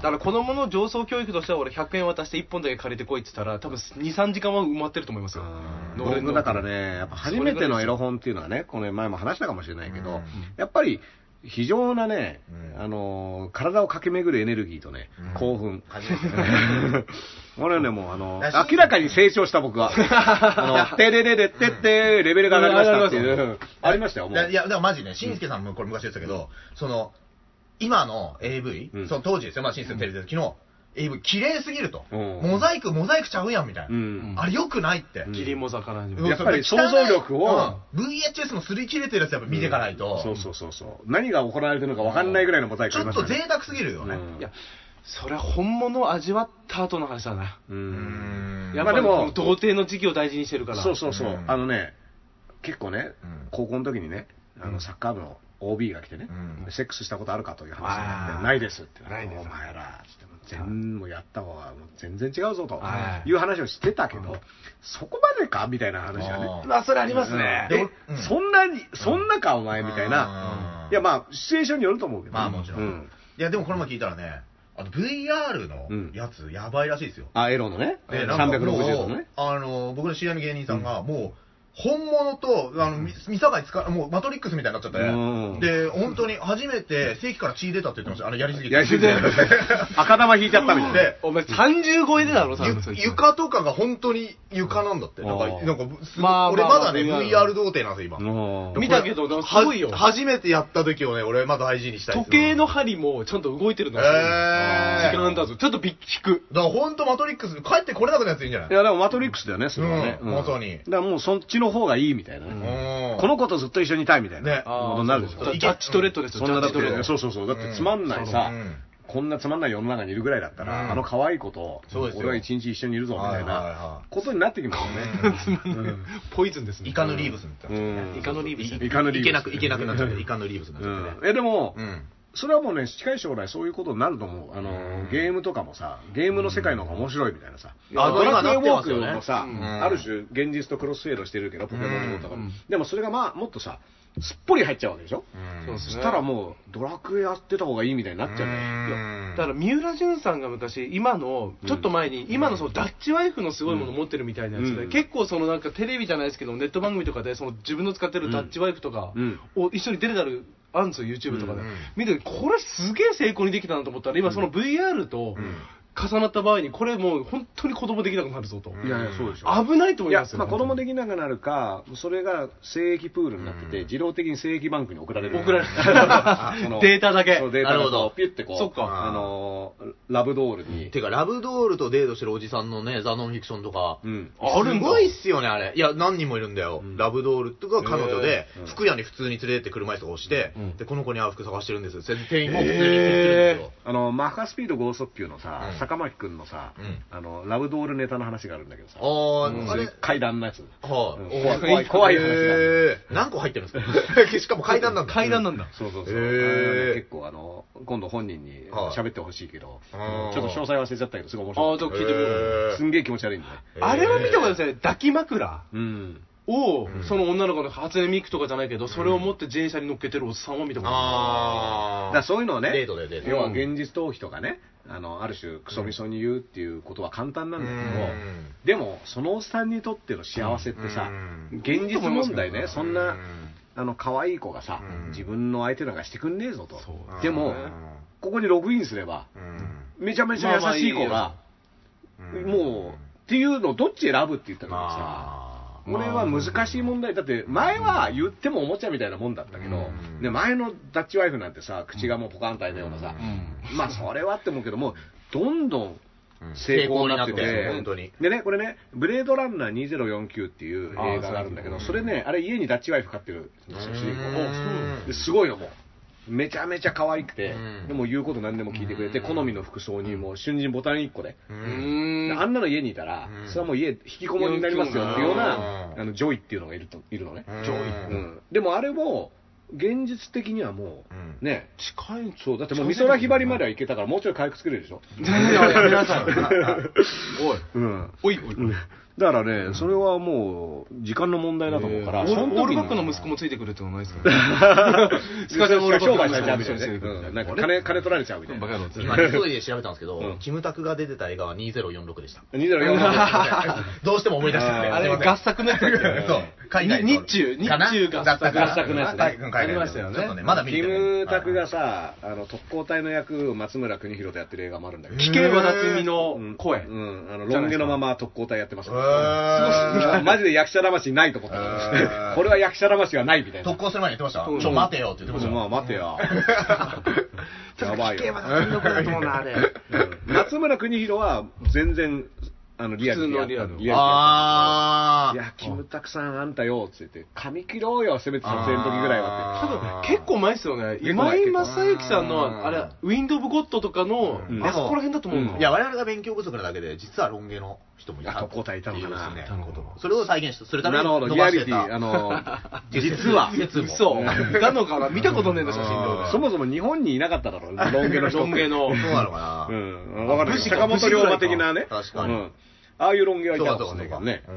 S4: ー
S5: だから子供の上層教育としては俺100円渡して1本だけ借りてこいって言ったら多分2、3時間は埋まってると思いますよ。
S3: うん
S5: のれんの
S3: 僕だからね、やっぱ初めてのエロ本っていうのはね、この前も話したかもしれないけ
S4: う
S3: ど
S4: ん、
S3: やっぱり非常なね
S4: う、ん
S3: あのー、体を駆け巡るエネルギーとね
S4: うん、
S3: 興奮。
S4: 初めて
S3: 俺はね、もうあの
S4: だし、
S3: 明らかに成長した僕は。あの、てれれれってって、レベルが上がりましたっていう。ありましたよ、も。
S4: だいうや、だからマジね、しんすけさんもこれ昔言ってたけど、その、今の AV、
S3: うん
S4: その当時ですよ、まあ、しんすけのテレビで、昨日、AV、綺麗すぎると。
S3: うん
S4: モザイク、モザイクちゃうやん、みたいな。
S3: うん
S4: あれ良くないって。
S5: キリンも魚に
S4: うん
S5: も。
S3: やっぱり想像力を
S4: うん VHS の擦り切れてるやつやっぱ見ていかないと、
S3: そうそうそうそう。何が行われてるのか分かんないぐらいのモザイク
S4: ち
S3: あ
S4: ょ
S3: りま
S4: っ
S3: すよ
S4: と
S3: ね
S4: 贅沢すぎるよね。
S3: うん
S5: いや、それは本物を味わった後の話だな。
S3: う。
S4: うんん
S5: やっ
S3: ま
S5: ぱ
S3: あ
S5: で
S3: でも
S5: も、童貞の時期を大事にしてるから。
S3: そうそうそう
S4: う。ん
S3: あのね、結構ね
S4: うん、
S3: 高校の時にね、あのサッカー部の OB が来てね
S4: う、ん
S3: セックスしたことあるかという話になっ
S5: あ
S3: て、
S5: ー
S3: ないですって言われ
S5: な
S3: て、
S5: いで
S3: お
S5: す
S3: 前ら、つってもう全部やった方がもう全然違うぞと
S5: はい
S3: いう話をしてたけど、そこまでかみたいな話がね。
S4: あー
S5: まあ、それありますね。
S4: で
S3: え
S4: もうん
S3: そんなに、そんなかお前みたいな
S4: う。ん
S3: いやまあ、シチュエーションによると思うけど。
S4: まあもちろん。
S3: うん
S4: いや、でもこれも聞いたらね、あの VR のやつ、やばいらしいですよ。
S3: あ、エロのね。
S4: でなんかもう
S3: 360度のね。
S4: あの、僕の知り合いの芸人さんが、もう、本物と、あの、み見境つか、もうマトリックスみたいになっちゃって
S3: うん。
S4: で、本当に初めて正規から血出たって言ってました。あの、やりすぎて。
S3: やりすぎて赤玉引いちゃったみたいな。
S4: で
S5: お前30超えでだろ、多分そ い
S4: ゆ
S5: つ
S4: 床とかが本当に床なんだって。なんか、
S3: あー
S4: なんかすごい
S5: まあ
S4: 俺まだね、
S5: まあ
S4: VR 童貞なんですよ、今。
S3: うん
S5: 見たけど、でもす
S4: は
S5: ごいよ。
S4: 初めてやった時をね、俺まだ大事にしたいで
S5: 時
S4: す
S5: 計の針もちゃんと動いてる
S4: え
S5: の
S4: ー。
S5: がすごいよ。
S4: だ
S5: 時
S4: か
S5: 間だぞ。ちょっとびっ引く。
S4: ら本当マトリックス、帰ってこれなくなるやついいんじゃない
S3: いや、でもマトリックスだよね、それはね。
S4: うんまさに
S3: だからもうそっちの方がいいみたいなね。
S4: うん
S3: この子とずっと一緒にいたいみたいな
S4: ね
S3: ことになるでし
S4: そ
S3: ょ
S4: うそう。そう
S5: ジャッジトレットですよ、
S3: そんなだっ
S5: ジャッジトレッ
S3: て、
S5: ト
S3: そうそうそう、だってつまんないさ、
S4: うん
S3: こんなつまんない世の中にいるぐらいだったら、
S4: うん
S3: あの可愛い子と
S4: そうで、すよ
S3: 俺は一日一緒にいるぞみたい
S4: はいはいは
S3: なことになってきますよね。
S5: ポイズンですね。
S4: イカのリーブスみたいな。
S3: うん
S5: イカのリーブス
S3: イカのリーブス
S4: いけなく、いけなくなっちゃって、イカのリーブスになっち
S3: う
S4: ゃって
S3: ん
S4: ね。
S3: え、でも、
S4: うん。
S3: それはもうね、近い将来そういうことになると思う。あの、ゲームとかもさ、ゲームの世界の方が面白いみたいなさ。
S4: あ
S3: ドラクエウォーク
S4: 今な
S3: も
S4: ってま
S3: さ、
S4: すよねうん
S3: ある種現実とクロスフェードしてるけど、ポケモンのことか
S5: う
S3: も
S5: ん。
S3: でもそれがまあ、もっとさ、すっぽり入っちゃうわけでしょ、
S5: そうです
S3: そ
S5: ね
S3: したらもう、ドラクエやってた方がいいみたいになっちゃうね。
S5: だから三浦淳さんが昔、今の、ちょっと前に、今のそのダッチワイフのすごいもの持ってるみたいなやつで、
S3: うん
S5: 結構そのなんかテレビじゃないですけど、ネット番組とかで、その自分の使ってるダッチワイフとか
S3: うん
S5: を一緒に出てたる、あるんですよ、YouTube とかで
S4: うん。
S5: 見てて、これすげえ成功にできたなと思ったら、今その VR と重なった場合に、これもう本当に子供できなくなるぞと。
S3: いやいや、そうでしょ。
S5: 危ないと
S3: い
S5: 思い
S3: や
S5: ます、よ。
S3: まあ、子供できなくなるか、それが精液プールになってて、自動的に精液バンクに送られる。
S5: 送られる
S3: その
S5: データだけ
S3: そう、データ
S4: なる
S3: が
S4: ほど
S3: こうピュってこう、
S5: そっか
S3: あのー、ラブドールに。
S4: てか、ラブドールとデートしてるおじさんのね、ザ・ノンフィクションとか、
S3: うん。
S5: あるん
S4: す
S5: だ
S4: ごいっすよね、あれ。いや、何人もいるんだよ。
S3: うん
S4: ラブドールとか彼女で
S3: へー、
S4: 服屋に普通に連れてって車椅子とか押して、
S3: うん
S4: で、この子に合う服探してるんですよ。それで店員も普通に見つけるんですよ。
S3: あの、マッハスピード剛速球のさ、
S4: うん
S3: 坂巻くんのさ、
S4: うん
S3: あの、ラブドールネタの話があるんだけどさ、
S4: あー、あれ、
S3: 階段のやつ。
S4: は
S3: うん
S4: い。
S3: 怖い怖い怖い話なんだ
S4: へー何個入ってるんですか しかも階段なんだ。
S5: 階段なんだ。
S3: そうそうそう。
S4: へー
S3: あれはね結構あの、今度本人に
S4: はい
S3: 喋ってほしいけど、ち
S4: あ
S3: ょ
S4: ー
S3: っと詳細忘れちゃったけど、すごい面
S5: ああ、ち
S3: 白
S5: ょっ
S3: い。
S5: と聞いてみよう。
S4: へー
S3: すんげえ気持ち悪いんだよ。
S5: あれは見てもですね、抱き枕。
S3: うん。
S5: を、その女の子の初音ミクとかじゃないけど、それを持って自転車に乗っけてるおっさんを見たこと
S3: だ
S4: あー。
S5: あ
S3: からそういうのをね、
S4: デートだよデート
S3: 要は現実逃避とかね、あの、ある種、クソみそに言うっていうことは簡単なんだけども、
S4: うん
S3: でも、そのおっさんにとっての幸せってさ、
S4: うん
S3: 現実問題ね、そん
S4: う
S3: な、
S4: ん
S3: あの、可愛い子がさ、
S4: うん
S3: 自分の相手なんかしてくんねえぞと。
S5: そう
S3: でも、ここにログインすれば、
S4: うん
S3: めちゃめちゃ優しい子
S5: まあ
S3: が、
S4: うん
S3: もう、っていうのをどっち選ぶって言ったのがさ、
S4: まあ、
S3: これは難しい問題。だって、前は言ってもおもちゃみたいなもんだったけど
S4: うん、
S3: ね、前のダッチワイフなんてさ、口がもうポカンと開いたようなさ、 まあ、それはって思うけども、どんどん成功になってて、
S4: 成功になってます本当に
S3: でね、これね、ブレードランナー2049っていう映画があるんだけ
S4: あ
S3: ど、
S4: ー
S3: それね、あれ家にダッチワイフ飼ってるんですよ、主人公
S4: うん
S3: ですごいのもう。めちゃめちゃ可愛くて
S4: うん、
S3: でも言うこと何でも聞いてくれて、
S4: うん
S3: 好みの服装にもう瞬時にボタン1個で。
S4: う
S5: る。うんーん。
S3: あんなの家にいたら
S4: う、ん
S3: それはもう家引きこもりになりますよっていうような、
S4: うん
S3: あの、ジョイっていうのがいると、いるのね。
S4: うんジョイ
S3: うん。でもあれも、現実的にはもう、
S4: うん
S3: ね、
S5: 近い。
S3: そう、だってもう美空ひばりまでは行けたから、もうちょい回復作れるでしょ。
S5: やめなさい。
S3: うん。
S5: おい、おい、おい。
S3: だからね、それはもう、時間の問題だと思うから、
S5: オ
S3: そ
S5: ー
S3: の時に
S5: ルオールバック の息子もついてくるってのはないですかスカジャンオールバッ
S3: 商
S5: クの
S3: 売されちゃうみ
S5: 息子
S3: たいなね
S5: もついてくる。
S3: うんなんか金、金取られちゃうみたい
S5: バカ
S3: な。
S5: 野郎ついて
S4: 今、
S5: くる
S4: 急いで調べたんですけど、
S3: うん
S4: キムタクが出てた映画は2046でした。
S3: 2049
S4: どうしても思い出したんで。
S5: あれは合作のやつだっけ
S4: そう。海外の
S5: に日中、日
S4: かな
S5: 中合
S4: だった
S5: 作。
S4: かな
S3: 合作のやつね
S4: はい海外のやつ
S5: ありましたよね
S4: ちょっと ね、まだ見て
S3: キ
S4: ない
S3: ムタクがさ、あの特攻隊の役を松村邦洋とやってる映画もあるんだけど、
S5: 聞けば夏美の声。
S3: うん、あの、ロン毛のまま特攻隊やってます。
S4: はいへー
S3: マジで役者魂ないと思った
S4: へ ー。
S3: これは役者魂がないみたいな。
S4: 特攻する前に言ってま
S5: う
S4: し
S5: ん
S4: た。ちょ、待てよって言ってました。
S3: まあ、待て よ。やばいよ。
S5: もな、あれ。
S3: うん松村邦洋は全然、あの、リアル
S5: 普通のリアル
S3: リアル
S4: あ
S3: いや、キムタクさん、あんたよ、つって、髪切ろうよ、せめて撮影の時ぐらいは
S5: 多分結構前ですよね。
S3: 構
S5: 今
S3: 前
S5: 井正幸さんの、あれ、ウィンド・オブ・ゴッドとかの、
S3: うん
S5: あそこら辺だと思う
S3: うん
S5: の。
S4: いや、我々が勉強不足なだけで、実はロン毛の人もいた。
S3: あ特攻隊いたのかな
S4: っていうです
S5: な
S4: ね
S5: るほど
S4: それを再現する
S3: って。
S4: ため
S3: な
S4: に
S3: るほど、
S4: 伸
S3: リア
S4: ばし
S3: リ
S4: て
S3: ティ、あ
S4: た。
S3: の、 実は、
S4: 説も
S5: そう。なのかな見たことねえんだ、写真
S3: そもそも日本にいなかっただろう、ロン毛
S5: で
S3: の人
S5: 俺。
S3: って。
S5: ロン毛の
S4: そう。なのかな
S3: うん、わかる
S5: 武士か
S3: 坂本龍馬的なね。
S4: 武士ぐらいか確かに
S3: うんああいう論議はい
S4: そう
S3: た
S4: か
S3: か
S4: そ
S3: もしれない
S4: う
S3: け
S4: か
S3: どね。
S4: う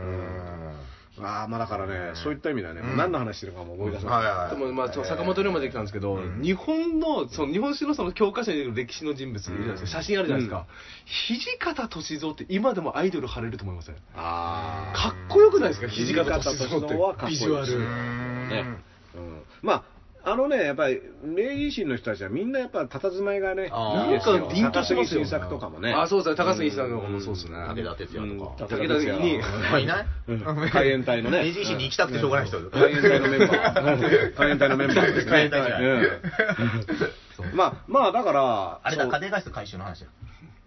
S4: ん
S3: ああ、まあだからね、そういった意味ではね、
S4: うん
S3: 何の話してるかも思い出せ
S4: はい
S3: ない。
S4: はい
S5: でもまあ、ちょ坂本龍馬で来たんですけど、
S4: うん
S5: 日本の、その日本史のその教科書に出てくる歴史の人物いるじゃないですか、写真あるじゃないですか、土方歳三って今でもアイドル張れると思いませんか
S3: ああ。
S5: っこよくないですか、
S3: 土
S5: 土
S3: 方
S5: 方
S3: 歳
S5: 歳三
S3: 三
S5: って
S3: はかっこいい
S5: ビジュア
S3: う
S5: ル。
S4: ん
S3: ねうんまあ、あのね、やっぱり、明治維新の人たちはみんなやっぱ、佇まいがね、
S4: あ
S5: ー
S3: いいですよ
S5: なんか凛としますよ
S3: 高杉晋作とかもね。
S5: あ、そうですね、高杉さんの方もそうですね。
S4: 武田鉄矢とか。
S5: 武田的に、
S4: まあいない
S3: うん海援 隊のね
S4: 明治維新に行きたくてしょうがない人。
S3: 海援隊のメンバー。海援隊のメンバーですね。
S4: 海援隊じゃない
S3: うんまあ、まあだから、
S4: あれだ、
S3: そう
S4: 家庭外出回収の話だ。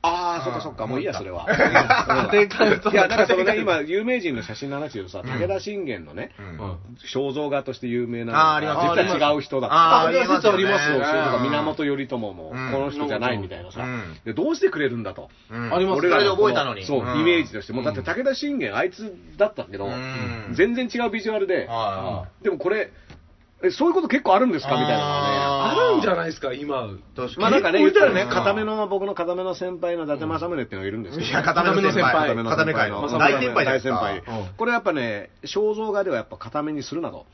S3: ああ、そっかそっか、もういいや、それは。うん
S5: 家庭科の
S3: いや、だからそのね、今、有名人の写真の話で言うとさ、武田信玄のね、
S5: うん
S3: 肖像画として有名なの
S4: あーあります
S3: 実は違う人だった
S4: あーあり
S3: そ
S4: ま
S3: う
S4: すよね
S3: そうそ
S4: うん
S3: うだから源頼朝もこ
S4: うん
S3: の人じゃないみたいなさ
S4: うん
S3: でどうしてくれるんだと
S4: うん
S5: あります
S4: 俺ら
S5: そ
S4: で
S5: れ
S4: 覚えたのに。
S3: そう
S4: うん
S3: イメージとしてもうだって武田信玄あいつだったけど
S4: うん
S3: 全然違うビジュアルで
S4: は
S3: でもこれえそういうこと結構あるんですかみたいなのがね
S5: あるんじゃないですか、今。
S4: い確かに
S3: まあなんかね、言
S4: 結
S3: った
S4: 構
S3: らね、
S4: いうん
S3: 固めの、僕の固めの先輩の伊達政宗っていうのがいるんですけど、
S4: いや固めの先輩
S3: 固めの先輩の
S4: 固め会の大先輩
S3: 大
S4: です
S3: 先
S4: か
S3: 輩
S5: うん。
S3: これやっぱね、肖像画ではやっぱ固めにするなと。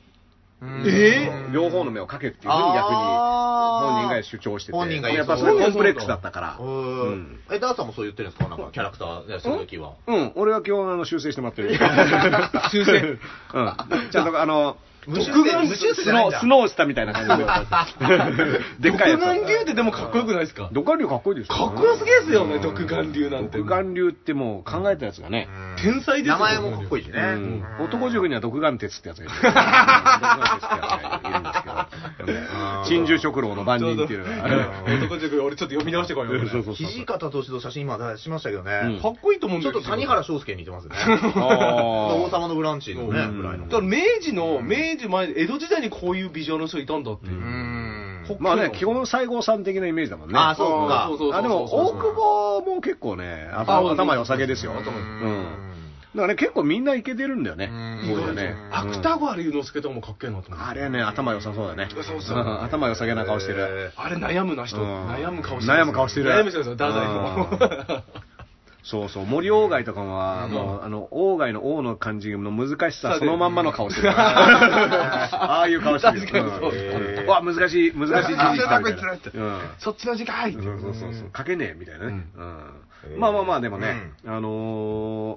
S4: うん
S5: え
S3: 両方の目をかけっていうふうに逆に
S4: あー
S3: 本人が主張してて
S4: 本人が言う
S3: やっぱそれコンプレックスだったから
S4: う
S3: うん
S4: んえ、ダーさんもそう言ってるんですかなんかキャラクターね、その時は。
S3: うん、俺は基本あの修正してもら ってる
S5: 修正
S3: うんちゃんとあの
S4: 無修正
S3: 独眼
S4: 無修正じ
S3: ス
S4: ゃないん
S3: ノ
S4: だ
S3: ースノーしたみたいな感じ ででっかいやつ
S5: 独眼竜ってでもかっこよくないですか
S3: 独眼竜かっこいいでしょ
S5: かっこよすぎですよね、独眼竜なんて。
S3: 独眼竜ってもう考えたやつがね、
S5: 天才ですよ
S4: 名前もかっこいいしね。
S3: うん
S4: うん
S3: 男塾には独眼鉄ってや つがいる。独眼鉄ってやつがいるんですけど。珍獣食郎の番人っていうのがある。
S5: 男塾、俺ちょっと読み直してこいよ。
S3: そうそうそう
S4: 土方歳三の写真今出しましたけど
S3: うん
S4: ね。
S5: かっこいいと思うん
S4: ちょ
S5: だ
S4: っ
S5: け
S4: と
S5: ど
S4: 谷原章介に似てますね。
S3: あー
S4: 王様のブランチのね、ぐらいの。
S5: だから明治の、明治前、江戸時代にこういうビジュアルの人いたんだっていう。
S4: うん
S3: まあね、基本西郷さん的なイメージだもんね。
S4: あーそうか
S5: そうそうそうそう
S3: あでも、大久保も結構ね、頭
S5: あ
S3: 頭良さげですよ。うん。
S5: 頭良さげ
S3: だからね、結構みんなイケてるんだよね。
S4: うん
S3: そうだね。
S5: 芥川龍之介とかもかっけえなと思って。
S3: あれね、頭良さそうだね。
S5: そうそう
S3: うん頭良さげな顔してる。
S4: え
S5: あれ悩むな人、
S3: うん
S5: 悩む顔して
S3: 悩む顔してる
S5: 悩む人ですよ、ダザイの。
S3: そうそう、森鴎外とかは、もう、あの、鴎外の王の漢字の難しさ、そのまんまの顔してる。ああいう顔してる。
S5: 確かにそう
S3: うんうわ、難しい、難しい字にしたみたいな。うん
S5: そっちの時間
S3: そうそうそうそう、書けねえみたいなね。うんまあまあまあ、でもね、あのー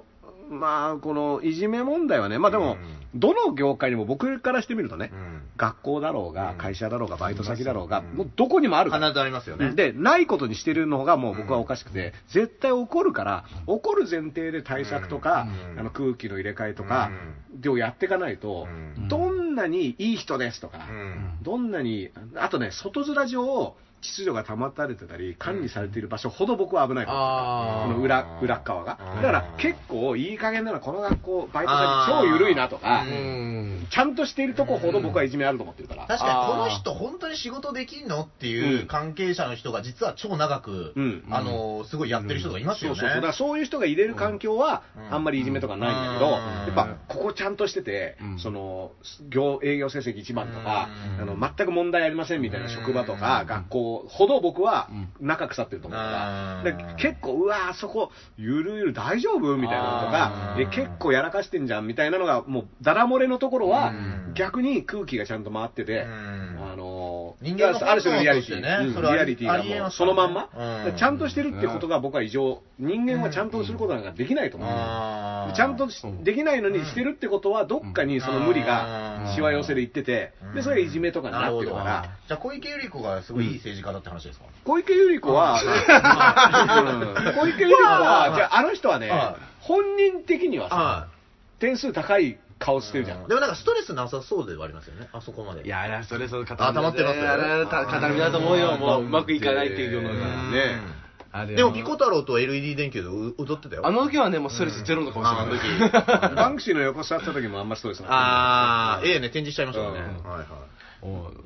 S3: まあ、このいじめ問題はね、まあでも、どの業界にも僕からしてみるとね、
S4: うん
S3: 学校だろうが、会社だろうが、バイト先だろうが、
S4: うん
S3: もうどこにもあるから
S4: 必ずありますよね。
S3: で、ないことにしてるのがもう僕はおかしくて、絶対起こるから、起こる前提で対策とか、
S4: うん
S3: あの空気の入れ替えとか、でをやっていかないと、どんなにいい人ですとか、
S4: うん
S3: どんなに、あとね、外面上、秩序が保たれてたり、管理されている場所ほど僕は危ないと思う
S5: あ
S3: この裏裏側が。
S4: う
S3: だ
S4: ん
S3: から結構いい加減なのこの学校、バイト先超緩いなとか
S4: あ、
S5: ー
S4: ー
S5: うん。
S3: ちゃんとしているとこほど僕はいじめあると思ってるから。
S4: 確かにこの人本当に仕事できんのっていう関係者の人が実は超長く、
S3: うん
S4: あのーすごいやってる人がいますよね。
S3: そうそうそうだからそういう人が入れる環境は
S4: うん
S3: あんまりいじめとかないんだけど、
S4: うん
S3: やっぱここちゃんとしてて、
S5: うん
S3: その業営業成績一番とか、
S4: うん
S3: あの全く問題ありませんみたいな職場とか、
S4: うん
S3: 学校ほど僕は仲腐ってると思うから、
S4: うん
S3: で結構うわーそこゆるゆる大丈夫みたいなのとか、
S4: うん
S3: え結構やらかしてんじゃんみたいなのがもうだら漏れのところは、
S4: うん
S3: 逆に空気がちゃんと回ってて。
S4: うん
S3: あのー
S4: 人間の
S3: ある種のリアリティ、
S4: 本能としてね
S3: うん
S4: それは
S3: リアリティが
S4: ありえ
S3: もう
S4: ます
S3: そ
S4: から
S3: の
S4: ね
S3: まんま、
S4: うん
S3: ちゃんとしてるってことが僕は異常、人間はちゃんとすることなんかできないと思う、
S4: あー
S3: ちゃんとし
S5: うん
S3: できないのにしてるってことは、どっかにその無理がしわ寄せでいってて
S4: う、ん
S3: でそれがいじめとかになってるか
S4: なる
S3: ら、
S4: ほどじゃあ小池百合子がすごいいい政治家だって話ですか、
S3: 小池百合子は、うん小池百合子は、じゃあ、あの人はね
S4: あ、
S3: 本人的には
S4: あ
S3: さ、点数高い顔してるじゃん
S4: で。もなんかストレスなさそうではありますよねあそこまで
S5: いやいや、それそれ、
S4: あ溜まってますよ
S5: いやいやた固めだと思うよ、もう、うまくいかないっていうの
S4: うん
S5: が。
S3: ね
S5: あれ
S4: でもピコ太郎と LED 電球でう踊ってたよ
S5: あの時はね、もうストレスゼロの顔して
S4: あの時
S3: バンクシーの横座った時もあんまストレスなかった
S4: ああええね展示しちゃいましたもんね、
S3: うん
S4: はいはい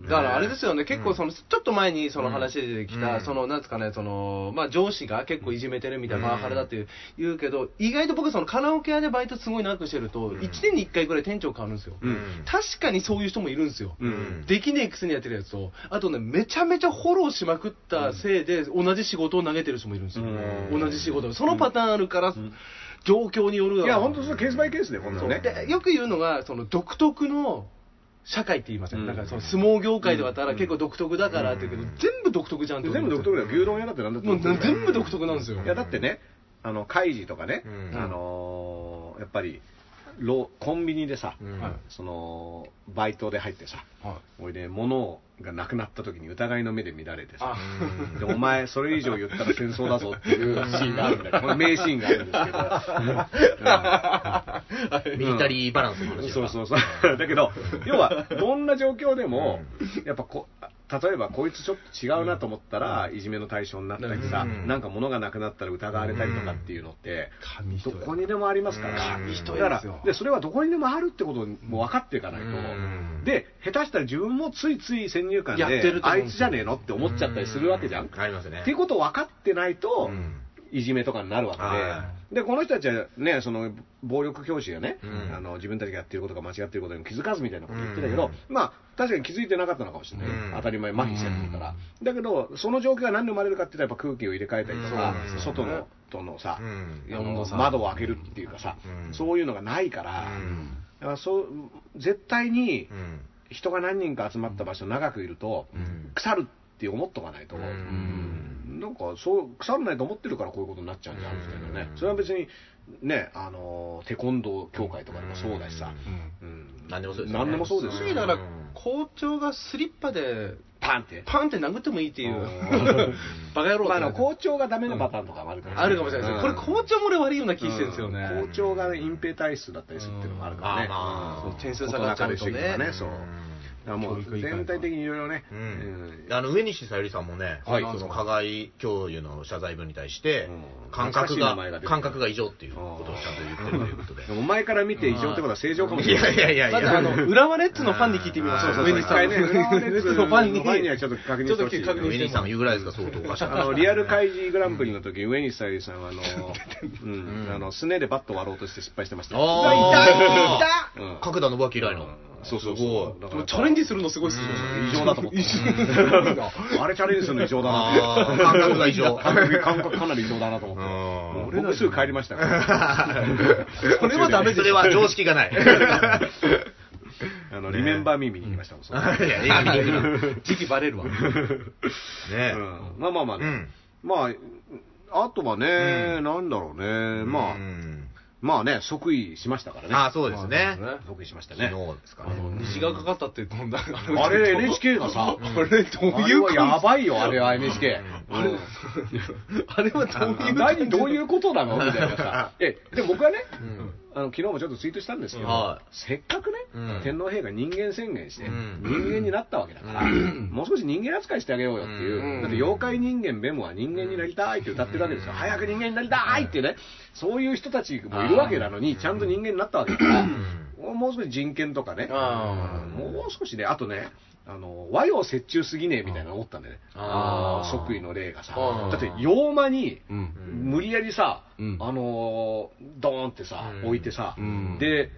S5: だからあれですよね、結構その、ちょっと前にその話で出てきた、
S4: うん
S5: その、なんですかね、その、まあ上司が結構いじめてるみたいな、パワハラだっていう言うけど、意外と僕そのカラオケ屋でバイトすごい長くしてると、1年に1回ぐらい店長変わるんですよ。
S3: うん
S5: 確かにそういう人もいるんですよ。
S3: うん
S5: できねえくせにやってるやつと、あとね、めちゃめちゃフォローしまくったせいで、同じ仕事を投げてる人もいるんですよ。
S3: うん
S5: 同じ仕事を。そのパターンあるから、状況による
S3: いや、本当それケースバイケースで、本当ね。
S5: でよく言うのが、その独特の社会って言いません、なんかその相撲業界とかだったら結構独特だからって言うけど、全部独特じゃんって
S3: 全部独特だよ。牛丼屋だってなんだって
S5: もう全部独特なんですよ。
S3: いや、だってね、あの、カイジとかね、
S4: うん
S3: あのーやっぱり、ロコンビニでさ、
S4: うん
S5: はい
S3: そのバイトで入ってさ、
S5: は
S3: おいで物がなくなった時に疑いの目で見られてさ
S5: あ、
S3: でお前、それ以上言ったら戦争だぞっていうシーンがあるんだけど、この名シーンがあるんですけど、うん
S4: ミリタリーバランスの話だ
S3: そうそうそう、 だけど、要はどんな状況でも、やっぱこ例えばこいつちょっと違うなと思ったら、いじめの対象になったりさ、
S4: うん
S3: なんか物がなくなったら疑われたりとかっていうのって、
S5: 紙一
S3: ど
S5: 重
S3: こにでもありますから、
S4: 紙一
S5: 重ですよ
S3: だからでそれはどこにでもあるってことをもう分かっていかないと、
S4: うん
S3: で下手したら自分もついつい先入観
S5: やって
S3: で
S5: る、と
S3: あ
S5: 思うん
S3: い
S5: で
S3: つ
S5: すよ
S3: じゃねえのって思っちゃったりするわけじゃん。
S4: ありますね。
S3: っていうことを分かってないと、
S4: うん
S3: いじめとかになるわ
S4: は
S3: けで、でこの人たちはね、その暴力教師がね、
S4: うん
S3: あの自分たちがやってることが間違ってることにも気づかずみたいなこと言ってたけど、
S4: う
S3: まあ、確かに気づいてなかったのかもしれない、
S4: うん
S3: 当たり前、麻痺しちゃってるから、だけど、その状況が何で生まれるかって言ったら、やっぱ空気を入れ替えたりとか、
S4: うん
S3: 外のとのさ、
S4: うん
S3: あの
S5: 温度差
S3: 窓を開けるっていうかさ、
S4: うん
S3: そういうのがないから、
S4: うん
S3: だからそう絶対に
S4: うん
S3: 人が何人か集まった場所、長くいると、
S4: うん
S3: 腐るって思っとかないと。
S4: うん
S3: なんかそう腐らないと思ってるからこういうことになっちゃうんじゃんみたいなね、
S4: うん
S3: それは別にねあのテコンドー協会とかでもそうだしさ、うん
S4: 何でもそうですよね
S3: 何でもそうです
S5: 正
S3: よ
S5: 直だから
S4: うん
S5: 校長がスリッパで
S3: パンって
S5: パンって殴ってもいいっていう
S3: うん
S5: バカ野郎
S3: まあ、あ
S5: っ
S3: の
S5: て
S3: 校長がダメなパターンとかもあるから、
S5: あるかもしれないです
S3: う
S5: よ
S3: ん
S5: これ校長も俺悪いような気してるんですよね
S3: 校長が、ね、隠蔽体質だったりするっていうのもあるからね、
S4: うんあーまあ
S3: そう
S5: 点数下がっちゃうとね
S3: ことなかれ主義とかそう
S4: う
S3: だ
S4: ん
S3: からもう全体的にいろいろね、
S4: うん
S3: うん
S4: あの上西さゆりさんもね、
S3: はい
S4: その加害教諭の謝罪文に対して
S3: うん、
S4: 感
S3: 懐か
S4: 覚
S3: しい名前が出、て
S4: が
S3: くる
S4: 感覚が異常っていうことをちゃんと言ってるということで
S3: で。もお前から見て異常ってことは正常かもし
S4: い
S3: れな
S4: や
S3: い
S4: いやいやい
S5: まずあの
S4: や、
S5: 浦和レッズのファンに聞いてみましょ
S4: そううそうそう
S5: 上
S3: 一
S5: 西さん
S3: 回ね、浦和レッズのファンに
S5: 浦和レッズ
S3: はちょっと確認してほしい
S5: ちょっと確認
S4: 上西さんが言うぐらいですから、相当おかしい
S3: あのリアル怪事グランプリの時、上西さゆりさんはあ の、うん、あのすねでバット割ろうとして失敗してましたよ。
S4: あー
S3: うん
S4: 角田信明以来の。
S3: そうそう
S4: すごい
S3: だか
S5: も
S3: ら
S5: うチャレンジするのすごいっすよ
S3: 異常だと思って。あれチャレンジするの異常だ
S4: あー
S3: な。
S4: 感覚が異常。
S3: 感覚感覚かなり異常だなと思って。
S4: うん
S3: 俺僕すぐ帰りましたから。
S5: それはダメです
S4: それは常識がない。い
S3: あのリメンバーミー見に行きましたもんその時
S4: や、映画見に行くな。
S5: 時期バレるわ
S4: ね
S3: うんまあまあまあ
S4: う
S3: ね
S4: ん。
S3: まあ、あとはね
S4: う、ん
S3: なんだろうね。まあ
S4: う、ん
S3: まあね、即位しましたからね。
S4: あ、そうですね。
S3: 即位しましたね。
S4: 昨日ですか
S5: あの
S4: ね。
S5: 虹がかかったってどんな
S3: あれ NHK がさ、
S5: あれどう
S3: あ
S5: い
S3: れ
S5: う
S3: はやばいよ、あれは NHK。
S5: あれはどういう
S3: 何どういうことなのみたいなさ。え、で、僕はね、あの昨日もちょっとツイートしたんですけど、
S4: は
S3: せっかくね、
S4: うん
S3: 天皇陛下人間宣言して、
S4: うん
S3: 人間になったわけだから、もう少し人間扱いしてあげようよっていう、
S4: うん
S3: だって妖怪人間ベムは人間になりたいって歌ってるわけですよ、早く人間になりたいってね、そういう人たちもいるわけなのに、ちゃんと人間になったわけだから、もう少し人権とかね、
S5: あ
S3: もう少しね、あとね、あの和洋折衷すぎねえみたいなの思ったんだよね、
S4: あー
S3: 即位の例がさ
S5: あ、ー
S3: だって妖魔に、
S5: うん
S3: 無理やりさ、
S5: うん
S3: あのードーンってさ、
S4: うん
S3: 置いてさ、
S5: うん
S3: で、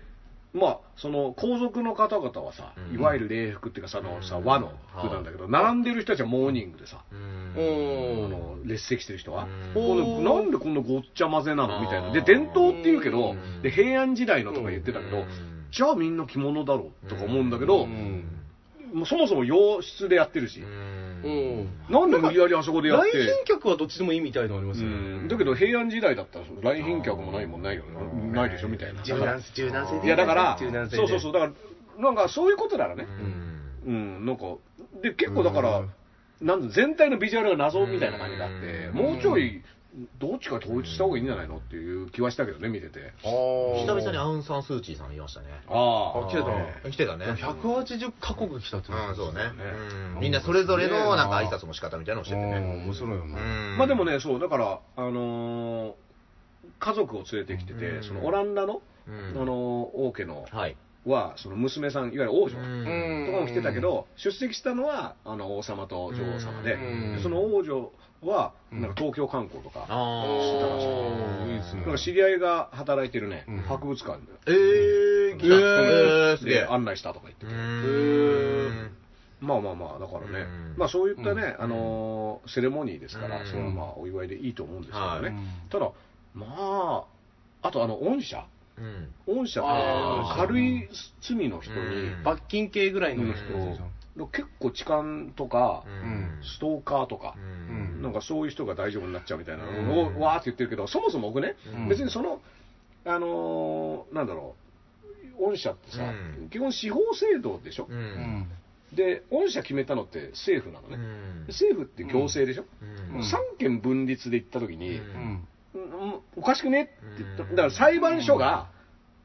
S3: まあ、その皇族の方々はさ、
S4: うん
S3: いわゆる礼服っていうかさ、あのさ和の服なんだけど、並んでる人たちはモーニングでさ、
S4: うん
S5: お
S3: あの列席してる人は、
S4: うん
S3: このなんでこんなごっちゃ混ぜなのみたいな、で
S4: あー
S3: 伝統っていうけど、
S4: うん
S3: で平安時代のとか言ってたけど、
S4: うん
S3: じゃあみんな着物だろうとか思うんだけど、
S5: うん
S3: もうそもそも洋室でやってるし、
S5: うん
S3: なんで無理やりあそこでやっ
S5: 来
S3: て。
S5: 賓客はどっちでもいいみたいなのありますよね
S3: だけど平安時代だったら来賓客もないもんないよねないでしょみたいなだから
S5: 柔軟性
S3: いやだから
S5: 柔軟性で
S3: そうそうそうだからなんかそういうことならね
S4: う
S3: う
S4: ん
S3: んなんかで結構だからなんだ全体のビジュアルが謎みたいな感じがあって
S4: うん
S3: もうちょいどっちか統一した方がいいんじゃないのっていう気はしたけどね見てて
S5: あー
S4: 久々にアウン・サン・スー・チーさんいましたね。
S3: あ
S5: あ来てた
S4: 来てたね。
S5: 180カ国来たっ
S4: う
S5: て
S4: ん、そうね。
S5: うん
S4: みんなそれぞれのなんか挨拶の仕方みたいなのをしててね。
S5: 面白いよね
S3: まあでも、ねそうだからあのー家族を連れてきて
S4: う
S3: て
S4: ん
S3: そのオランダの
S4: う
S3: あ
S4: ん
S3: のー王家の
S4: はい。
S3: はその娘さんいわゆる王女
S4: うん
S3: とかも来てたけど、出席したのはあの王様と女王様で、
S5: うん
S3: でその王女はなんか東京観光とか、
S4: あ
S3: してたらしく
S5: いい
S4: ー
S5: ですね
S3: なんか知り合いが働いてるね、
S5: うん
S3: 博物館で。
S4: えー、来た。えー、すげ
S3: で
S4: え。
S3: 案内したとか言って
S4: う
S3: て、
S4: ん
S3: まあまあまあ、だからね、
S4: うん
S3: まあそういったね、あのーセレモニーですから、
S4: うん
S3: それはまあお祝いでいいと思うんですけどね、
S4: はい
S5: うん
S3: ただ、まあ、あとあの御社
S4: うん。
S3: 御社
S5: あ
S3: っ
S5: ー
S3: て軽い罪の人に、
S4: うん
S5: 罰金系ぐらいの人
S3: うん結構痴漢とか、
S4: うん
S3: ストーカーとか
S4: う、
S5: うん
S4: ん。
S3: なんかそういう人が大丈夫になっちゃうみたいなのを、わーって言ってるけど、そもそも僕ね、
S5: うん
S3: 別にその、あのーなんだろう、御社ってさ、
S4: うん
S3: 基本、司法制度でしょ、
S4: う。
S5: うんん
S3: で、御社決めたのって政府なの
S4: う
S3: ね、
S4: ん
S3: で政府って行政でしょ、
S5: うん
S3: 三権分立で行ったときに、
S4: う
S5: う
S4: ん
S3: うんおかしくねって言った、
S4: うん
S3: だから裁判所が、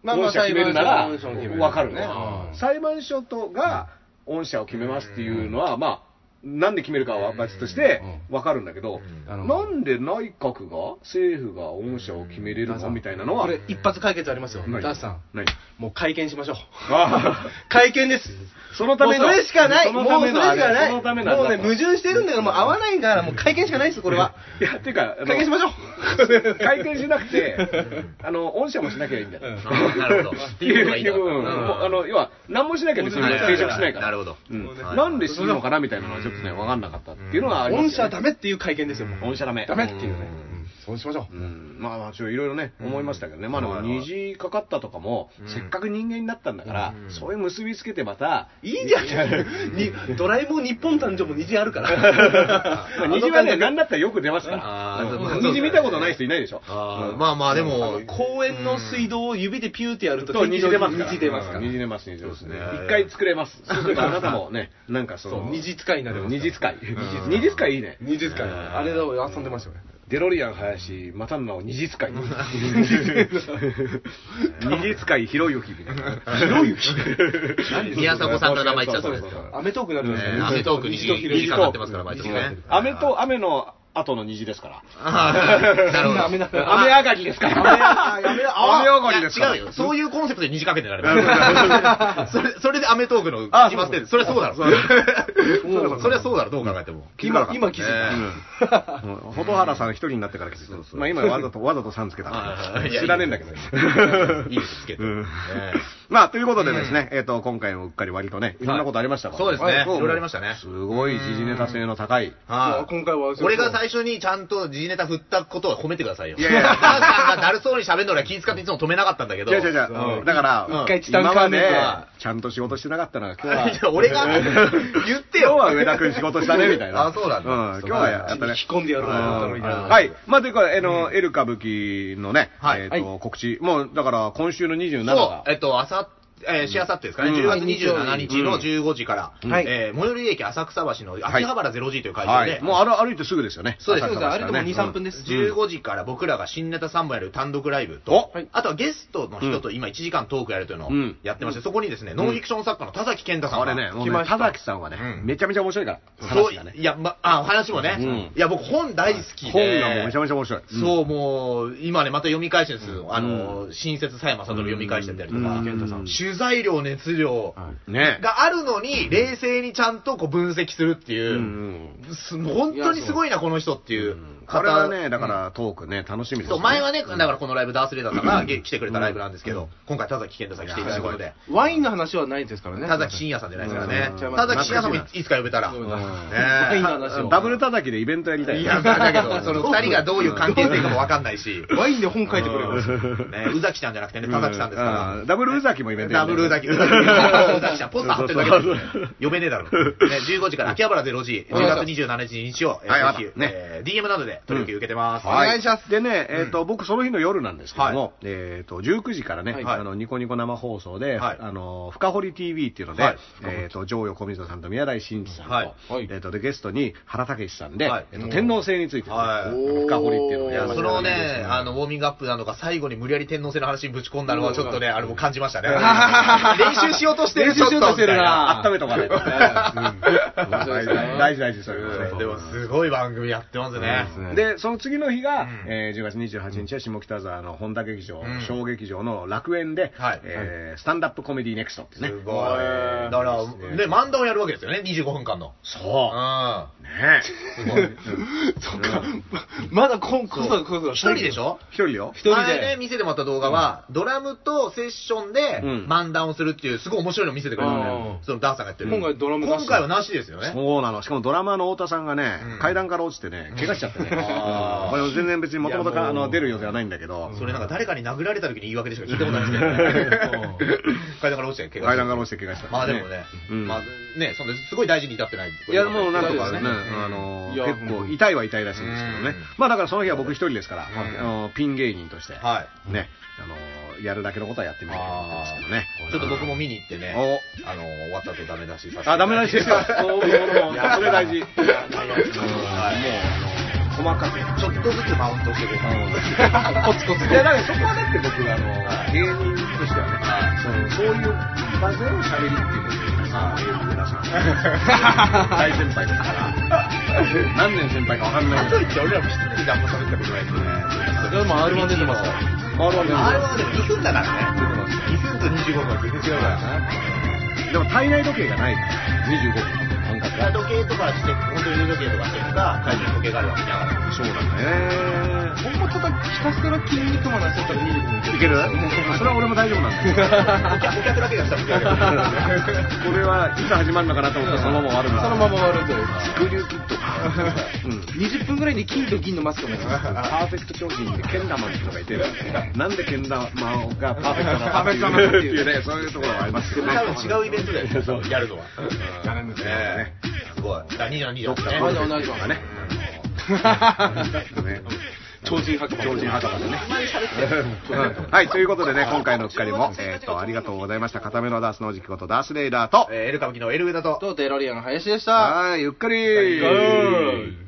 S5: まあま
S3: 御
S5: あ
S3: 社決めるなら
S5: 裁判所の決める
S3: わかるね
S5: うん
S3: 裁判所とが御社を決めますっていうのは、まあ、なんで決めるかは別としてわかるんだけど、
S5: あの
S3: なんで内閣が、政府が御社を決めれるのみたいなのは、
S5: これ一発解決ありますよ
S3: 何
S5: ダースさん
S3: 何
S5: もう会見しましょう
S3: あ
S5: 会見です
S3: そのための
S5: もうそれしかない
S3: そ
S5: も
S3: の
S5: う
S3: た
S5: そ
S3: め
S5: れ
S3: の
S5: しか
S3: あ
S5: な
S3: れそ
S5: いも
S3: の
S5: う
S3: ため
S5: ね
S3: のあれだ
S5: 矛盾してるんだからもう合わないからもう会見しかないですこれはい
S3: や、ていうか、あの
S5: 会見しましょう
S3: 会見しなく て、あの、御社もしなきゃいいんだよ。
S4: あなるほど。っ
S3: ってて
S4: い
S3: いう
S4: のがいい
S3: うん部分、もうあの要は、何もしなきゃ別に定着しないから、
S4: なるほど
S3: うん
S4: そうね
S3: なんでするのかなみたいなのはちょっとね、分かんなかったっていうのはあり
S5: 御
S3: ます
S5: 社
S3: よ
S5: は
S3: ね
S5: ダメっていう会見ですよもう
S3: 御社ダメ、
S5: ダメっていうね
S4: うん
S5: そうしましょう
S3: うん、まあまあ、ちょいろいろね、思いましたけどね、まあで
S4: は
S3: も、
S4: いはい
S3: 虹かかったとかも、せっかく人間になったんだから、
S4: うん
S3: そういう結びつけてまた、
S5: いいじゃんにドラえもん日本誕生も虹あるから
S3: まあ虹はね、なんだったらよく出ますか
S4: あーそう
S3: ら、
S4: そううん
S3: 虹見たことない人いないでしょ。
S4: あーまあまあ、でも、
S5: 公園の水道を指でピューってやると
S3: そう虹出ますから。
S5: 虹出ますから
S3: うん虹出ます、虹出ます。
S4: そうですね
S3: 一回作れます。 そうすればあなたもね、なんかそ
S5: そう
S3: の、
S5: 虹使いになる
S3: 虹使い。虹使いいいね。
S5: 虹使いあれだ遊んでましたよね
S3: デロリアン林、またの名を虹使い。虹使い、ひろゆきみたいな。ひろゆき
S4: 宮迫さんの名前言っちゃったんですよ。
S5: アメトークになってました
S4: えー
S5: よね
S4: アメトークに虹かかってますから、毎年ね。
S3: 雨と雨の後の虹ですから。
S4: あーなるほど。
S5: 雨 だ
S3: 雨上がりですから。雨上がりですから。
S4: いや違うよ。そういうコンセプトで虹かけてなる。 それ、それでアメトークの決まってる。それはそうだろ。 そうそれはそうだろ、どう考えても。
S5: 今今気づいた
S3: うん蛍原さん一人になってから気づいた。まあ今わざと、わざとさんつけた
S4: あーいや
S3: 知らねえんだけどね。
S4: た。いいですけど。
S3: うん
S4: え
S3: まあ、ということでですね、えっと、今回もうっかり割とね、いろんなことありましたから。
S4: そうですね
S3: はい
S4: いろいろありましたね
S3: すごい時事ネタ性の高い。
S4: えはい
S5: 今回は
S4: 俺が最初にちゃんと G ネタ振ったことは褒めてくださいよ。
S3: いやいや
S4: ダーさんがだるそうに喋るの俺は気遣っていつも止めなかったんだけど。
S3: 違う違う違う。だから、
S5: 一回チタン
S3: 今まで
S5: カーネ
S4: は、
S3: ちゃんと仕事してなかったのが、今
S4: あい
S3: 日は、
S4: や 俺が言っ
S3: 今日
S4: てよ。
S3: は上田君仕事したね、みたいな。
S4: あそうなんだ
S3: ん、今日はやっぱね。
S5: 引き込んでやろう
S3: あ
S5: と
S3: ー
S4: な
S3: はい。まあ、というか、あの、エル歌舞伎のね、
S4: はい
S3: えっと、告知、もう、だから、今週の27
S4: そ
S3: が
S4: う、、えっと、あさ、えー、しあさってですかね、
S3: うん
S4: 10月27日
S3: う
S4: の
S3: ん
S4: 15時から、
S5: はい
S4: えー最寄り駅浅草橋の
S3: い
S4: 秋葉原0時という会場
S3: は
S4: で、
S3: い。もう、あら歩いてすぐですよね。
S4: そうです
S3: 浅草橋から
S5: そうですあれでも2 3分です
S4: 15時から僕らが新ネタ3本やる単独ライブ
S3: お
S4: と、あとはゲストの人と今1時間トークやるというのを
S3: うん
S4: やってまして、そこにですね、ノンフィクション作家の田崎健太さん
S3: あ
S4: が
S3: れね、もう
S5: 来ま
S3: ね、
S5: した
S3: 田崎さんはね、
S4: うん
S3: めちゃめちゃ面白いから、
S4: そう
S3: 話がね。
S4: いや、ま、あ、話もね、
S3: うん
S4: いや、僕本大好きで。
S3: 本がもうめちゃめちゃ面白い。うん
S4: そう、もう、今ね、また読み返してるんですよ。あの、親切さやまさと読み返してたりとか、
S3: うん健太さん
S4: 取材料、熱量
S3: ね。
S4: があるのに、冷静にちゃんとこう分析するっていうう、
S3: ん。
S4: す本当にすごいな、この人っていう
S3: こ
S4: 方。
S3: れはね、だからトークね、楽しみですね。
S4: そう、前はね、だからこのライブ、ダースレーダーさんがげ来てくれたライブなんですけど、今回、田崎健太さん来ていただくことで、
S5: ワインの話はないですからね
S4: 田崎真也さんじゃないですからね
S5: う。ん
S4: 田崎真也さんもいいつか呼べたら。ね
S5: ワイン
S4: え
S5: の話を
S3: ダブル叩きでイベントやりたい。
S4: いや、だけど、その二人がどういう関係性かもわかんないし。
S5: ワインで本書いてくれ よ
S4: ね、宇崎ちゃんじゃなくてね、田崎さんです
S3: う
S4: か
S3: ダブル宇崎もイベ
S4: ら。
S3: ントや
S4: ダ
S3: りた
S4: ブ
S3: い
S4: ル宇崎、宇崎ちゃん、ポスター貼ってるだけだ
S3: そう
S4: 呼べねえだろ。ね、15時から秋葉原0時、10月27日日曜、え
S3: はい
S4: ーぜ
S3: わかっ
S4: ひ、
S3: たね
S4: えー DM などで取り受け受けてます。
S3: はい
S4: お願いします。
S3: でね、えっ、と、僕、その日の夜なんですけども、
S4: はい
S3: えっ、と、19時からね、
S4: はい
S3: あの、ニコニコ生放送で、
S4: はい
S3: あの、深堀 TV っていうので、
S4: はい
S3: えっ、と、上与小水さんと宮台真司さんと、
S4: はい
S5: はい
S3: えっ、と、で、ゲストに原武史さんで、
S4: はい
S3: えっと、天皇制についてね、
S4: はい
S3: 深堀っていうのを
S4: い
S3: や
S4: や、
S3: りまし
S4: そ
S3: た
S4: のね、あの、ウォーミングアップなのか、最後に無理やり天皇制の話にぶち込んだのは、ちょっとね、あれも感じましたね。練習しようとしてる、
S5: 練習しようとしてるな
S3: 温めとかないとね。うん大事大事大事、それ
S4: ちょっと
S3: はね
S4: みたいな。うんでも、すごい番組やってますね。
S3: で、その次の日が、
S4: うん
S3: えー10月28日は下北沢の本田劇場、
S4: うん
S3: 小劇場の楽園で、
S4: はい
S3: えースタンダップコメディネクストってね。
S4: すごい。だから、ね、漫談をやるわけですよね、25分間の。
S3: そう。
S4: うん。
S3: ね
S4: すごい。
S5: まだこんこそこそ
S4: 一人でしょ
S3: 一人よ
S5: 一。人で
S4: 前ね、見せてもらった動画は、ドラムとセッションで
S3: うん
S4: 漫談をするっていう、すごい面白いの見せてくれたんだよ
S5: う。ん
S4: そのダンサーがやってる。
S5: 今回ドラムなし
S4: 今回はなしですよね。
S3: そうなの。しかもドラマーの太田さんがね、
S4: うん
S3: 階段から落ちてね、怪我しちゃってね。あーまあ全然別にもとも
S5: いやもう
S3: とあの出る予定はないんだけど、
S4: それなんか誰かに殴られた時に言い訳でしか聞いたことな いですけどね階段から落ちて怪我
S3: 階段から
S4: 落
S3: 落ちて怪我した。
S4: まあでもね、
S3: うん
S4: まあね、そんですごい大事に至ってない。
S3: いや、もうなんとか
S5: そうで
S3: ね、
S5: すね
S3: あの
S5: いや
S3: 結構痛いは痛いらしいんですけど
S4: うん
S3: ね。まあだからその日は僕一人ですから、
S4: ん
S3: あのピン芸人として、
S4: は
S3: ね、あのやるだけのことはやってみたいと思ってますけどね。
S4: ちょっと僕も見に行ってね、
S3: お
S4: あの、終わった後ダメ出しさせていただいて
S3: あ、ダメ出しですよ。
S5: そうそう
S3: いやそれ大事。
S4: はい
S3: 細かく。
S4: ちょっとずつマウントしてくれ
S3: コツコツ。いや、だからそこはだって僕、あの、芸人としてはね、そのそういう場での喋りっていうのを、ああ、芸人で出します。大先輩ですから、何年先輩かわかんない
S4: あといって俺らも一人であんま喋ったことないですね。
S5: いや、もう R1 出てますよ。
S3: 回るわけ
S4: あれ
S3: な
S4: はね、2分だからね。2分と25分は全然違うからね。
S3: いでも体内時計がないから、25分の感覚が。
S4: 時計とかして、本当に腕時計とかしてるか、会社の時計があるわけだから。
S3: そうだね。
S5: ほんまただひたすら筋肉マンしちゃったら見る分
S3: いけるそれは俺も大丈夫なんだよ。
S4: お客お客だけがしたみたい
S3: これはいつ始まるのかなと思ったらそのまま終わるんだ
S5: そのまま終わるというか。
S3: スクリューキットか。うん。
S5: 20分ぐらいで金と銀のマスクもやってます
S3: パーフェクト超人ってけん玉って人がいてるなんでけん玉がパーフェクトなのかっていう
S5: パーフェクトなのかっていう
S3: いうねそういうところはありますけどね
S4: 多分違うイベントだよね
S3: そう
S4: やるのは
S3: やるんですよね
S4: すごい。だ、2 2
S3: どっか
S5: ま
S3: ブ
S5: だ
S3: ル
S5: 同
S3: ペ
S5: じ
S3: ンとかねね
S5: 超人白馬。
S3: 超人肌でね。はい、ということでね、今回のお二人も、えっと、ありがとうございました。片目のダースのおじきこと、ダースレイダーと、
S4: えーエル歌舞伎のエル上だと。
S5: とデロリアンの林でした。
S3: はい、ゆっくり。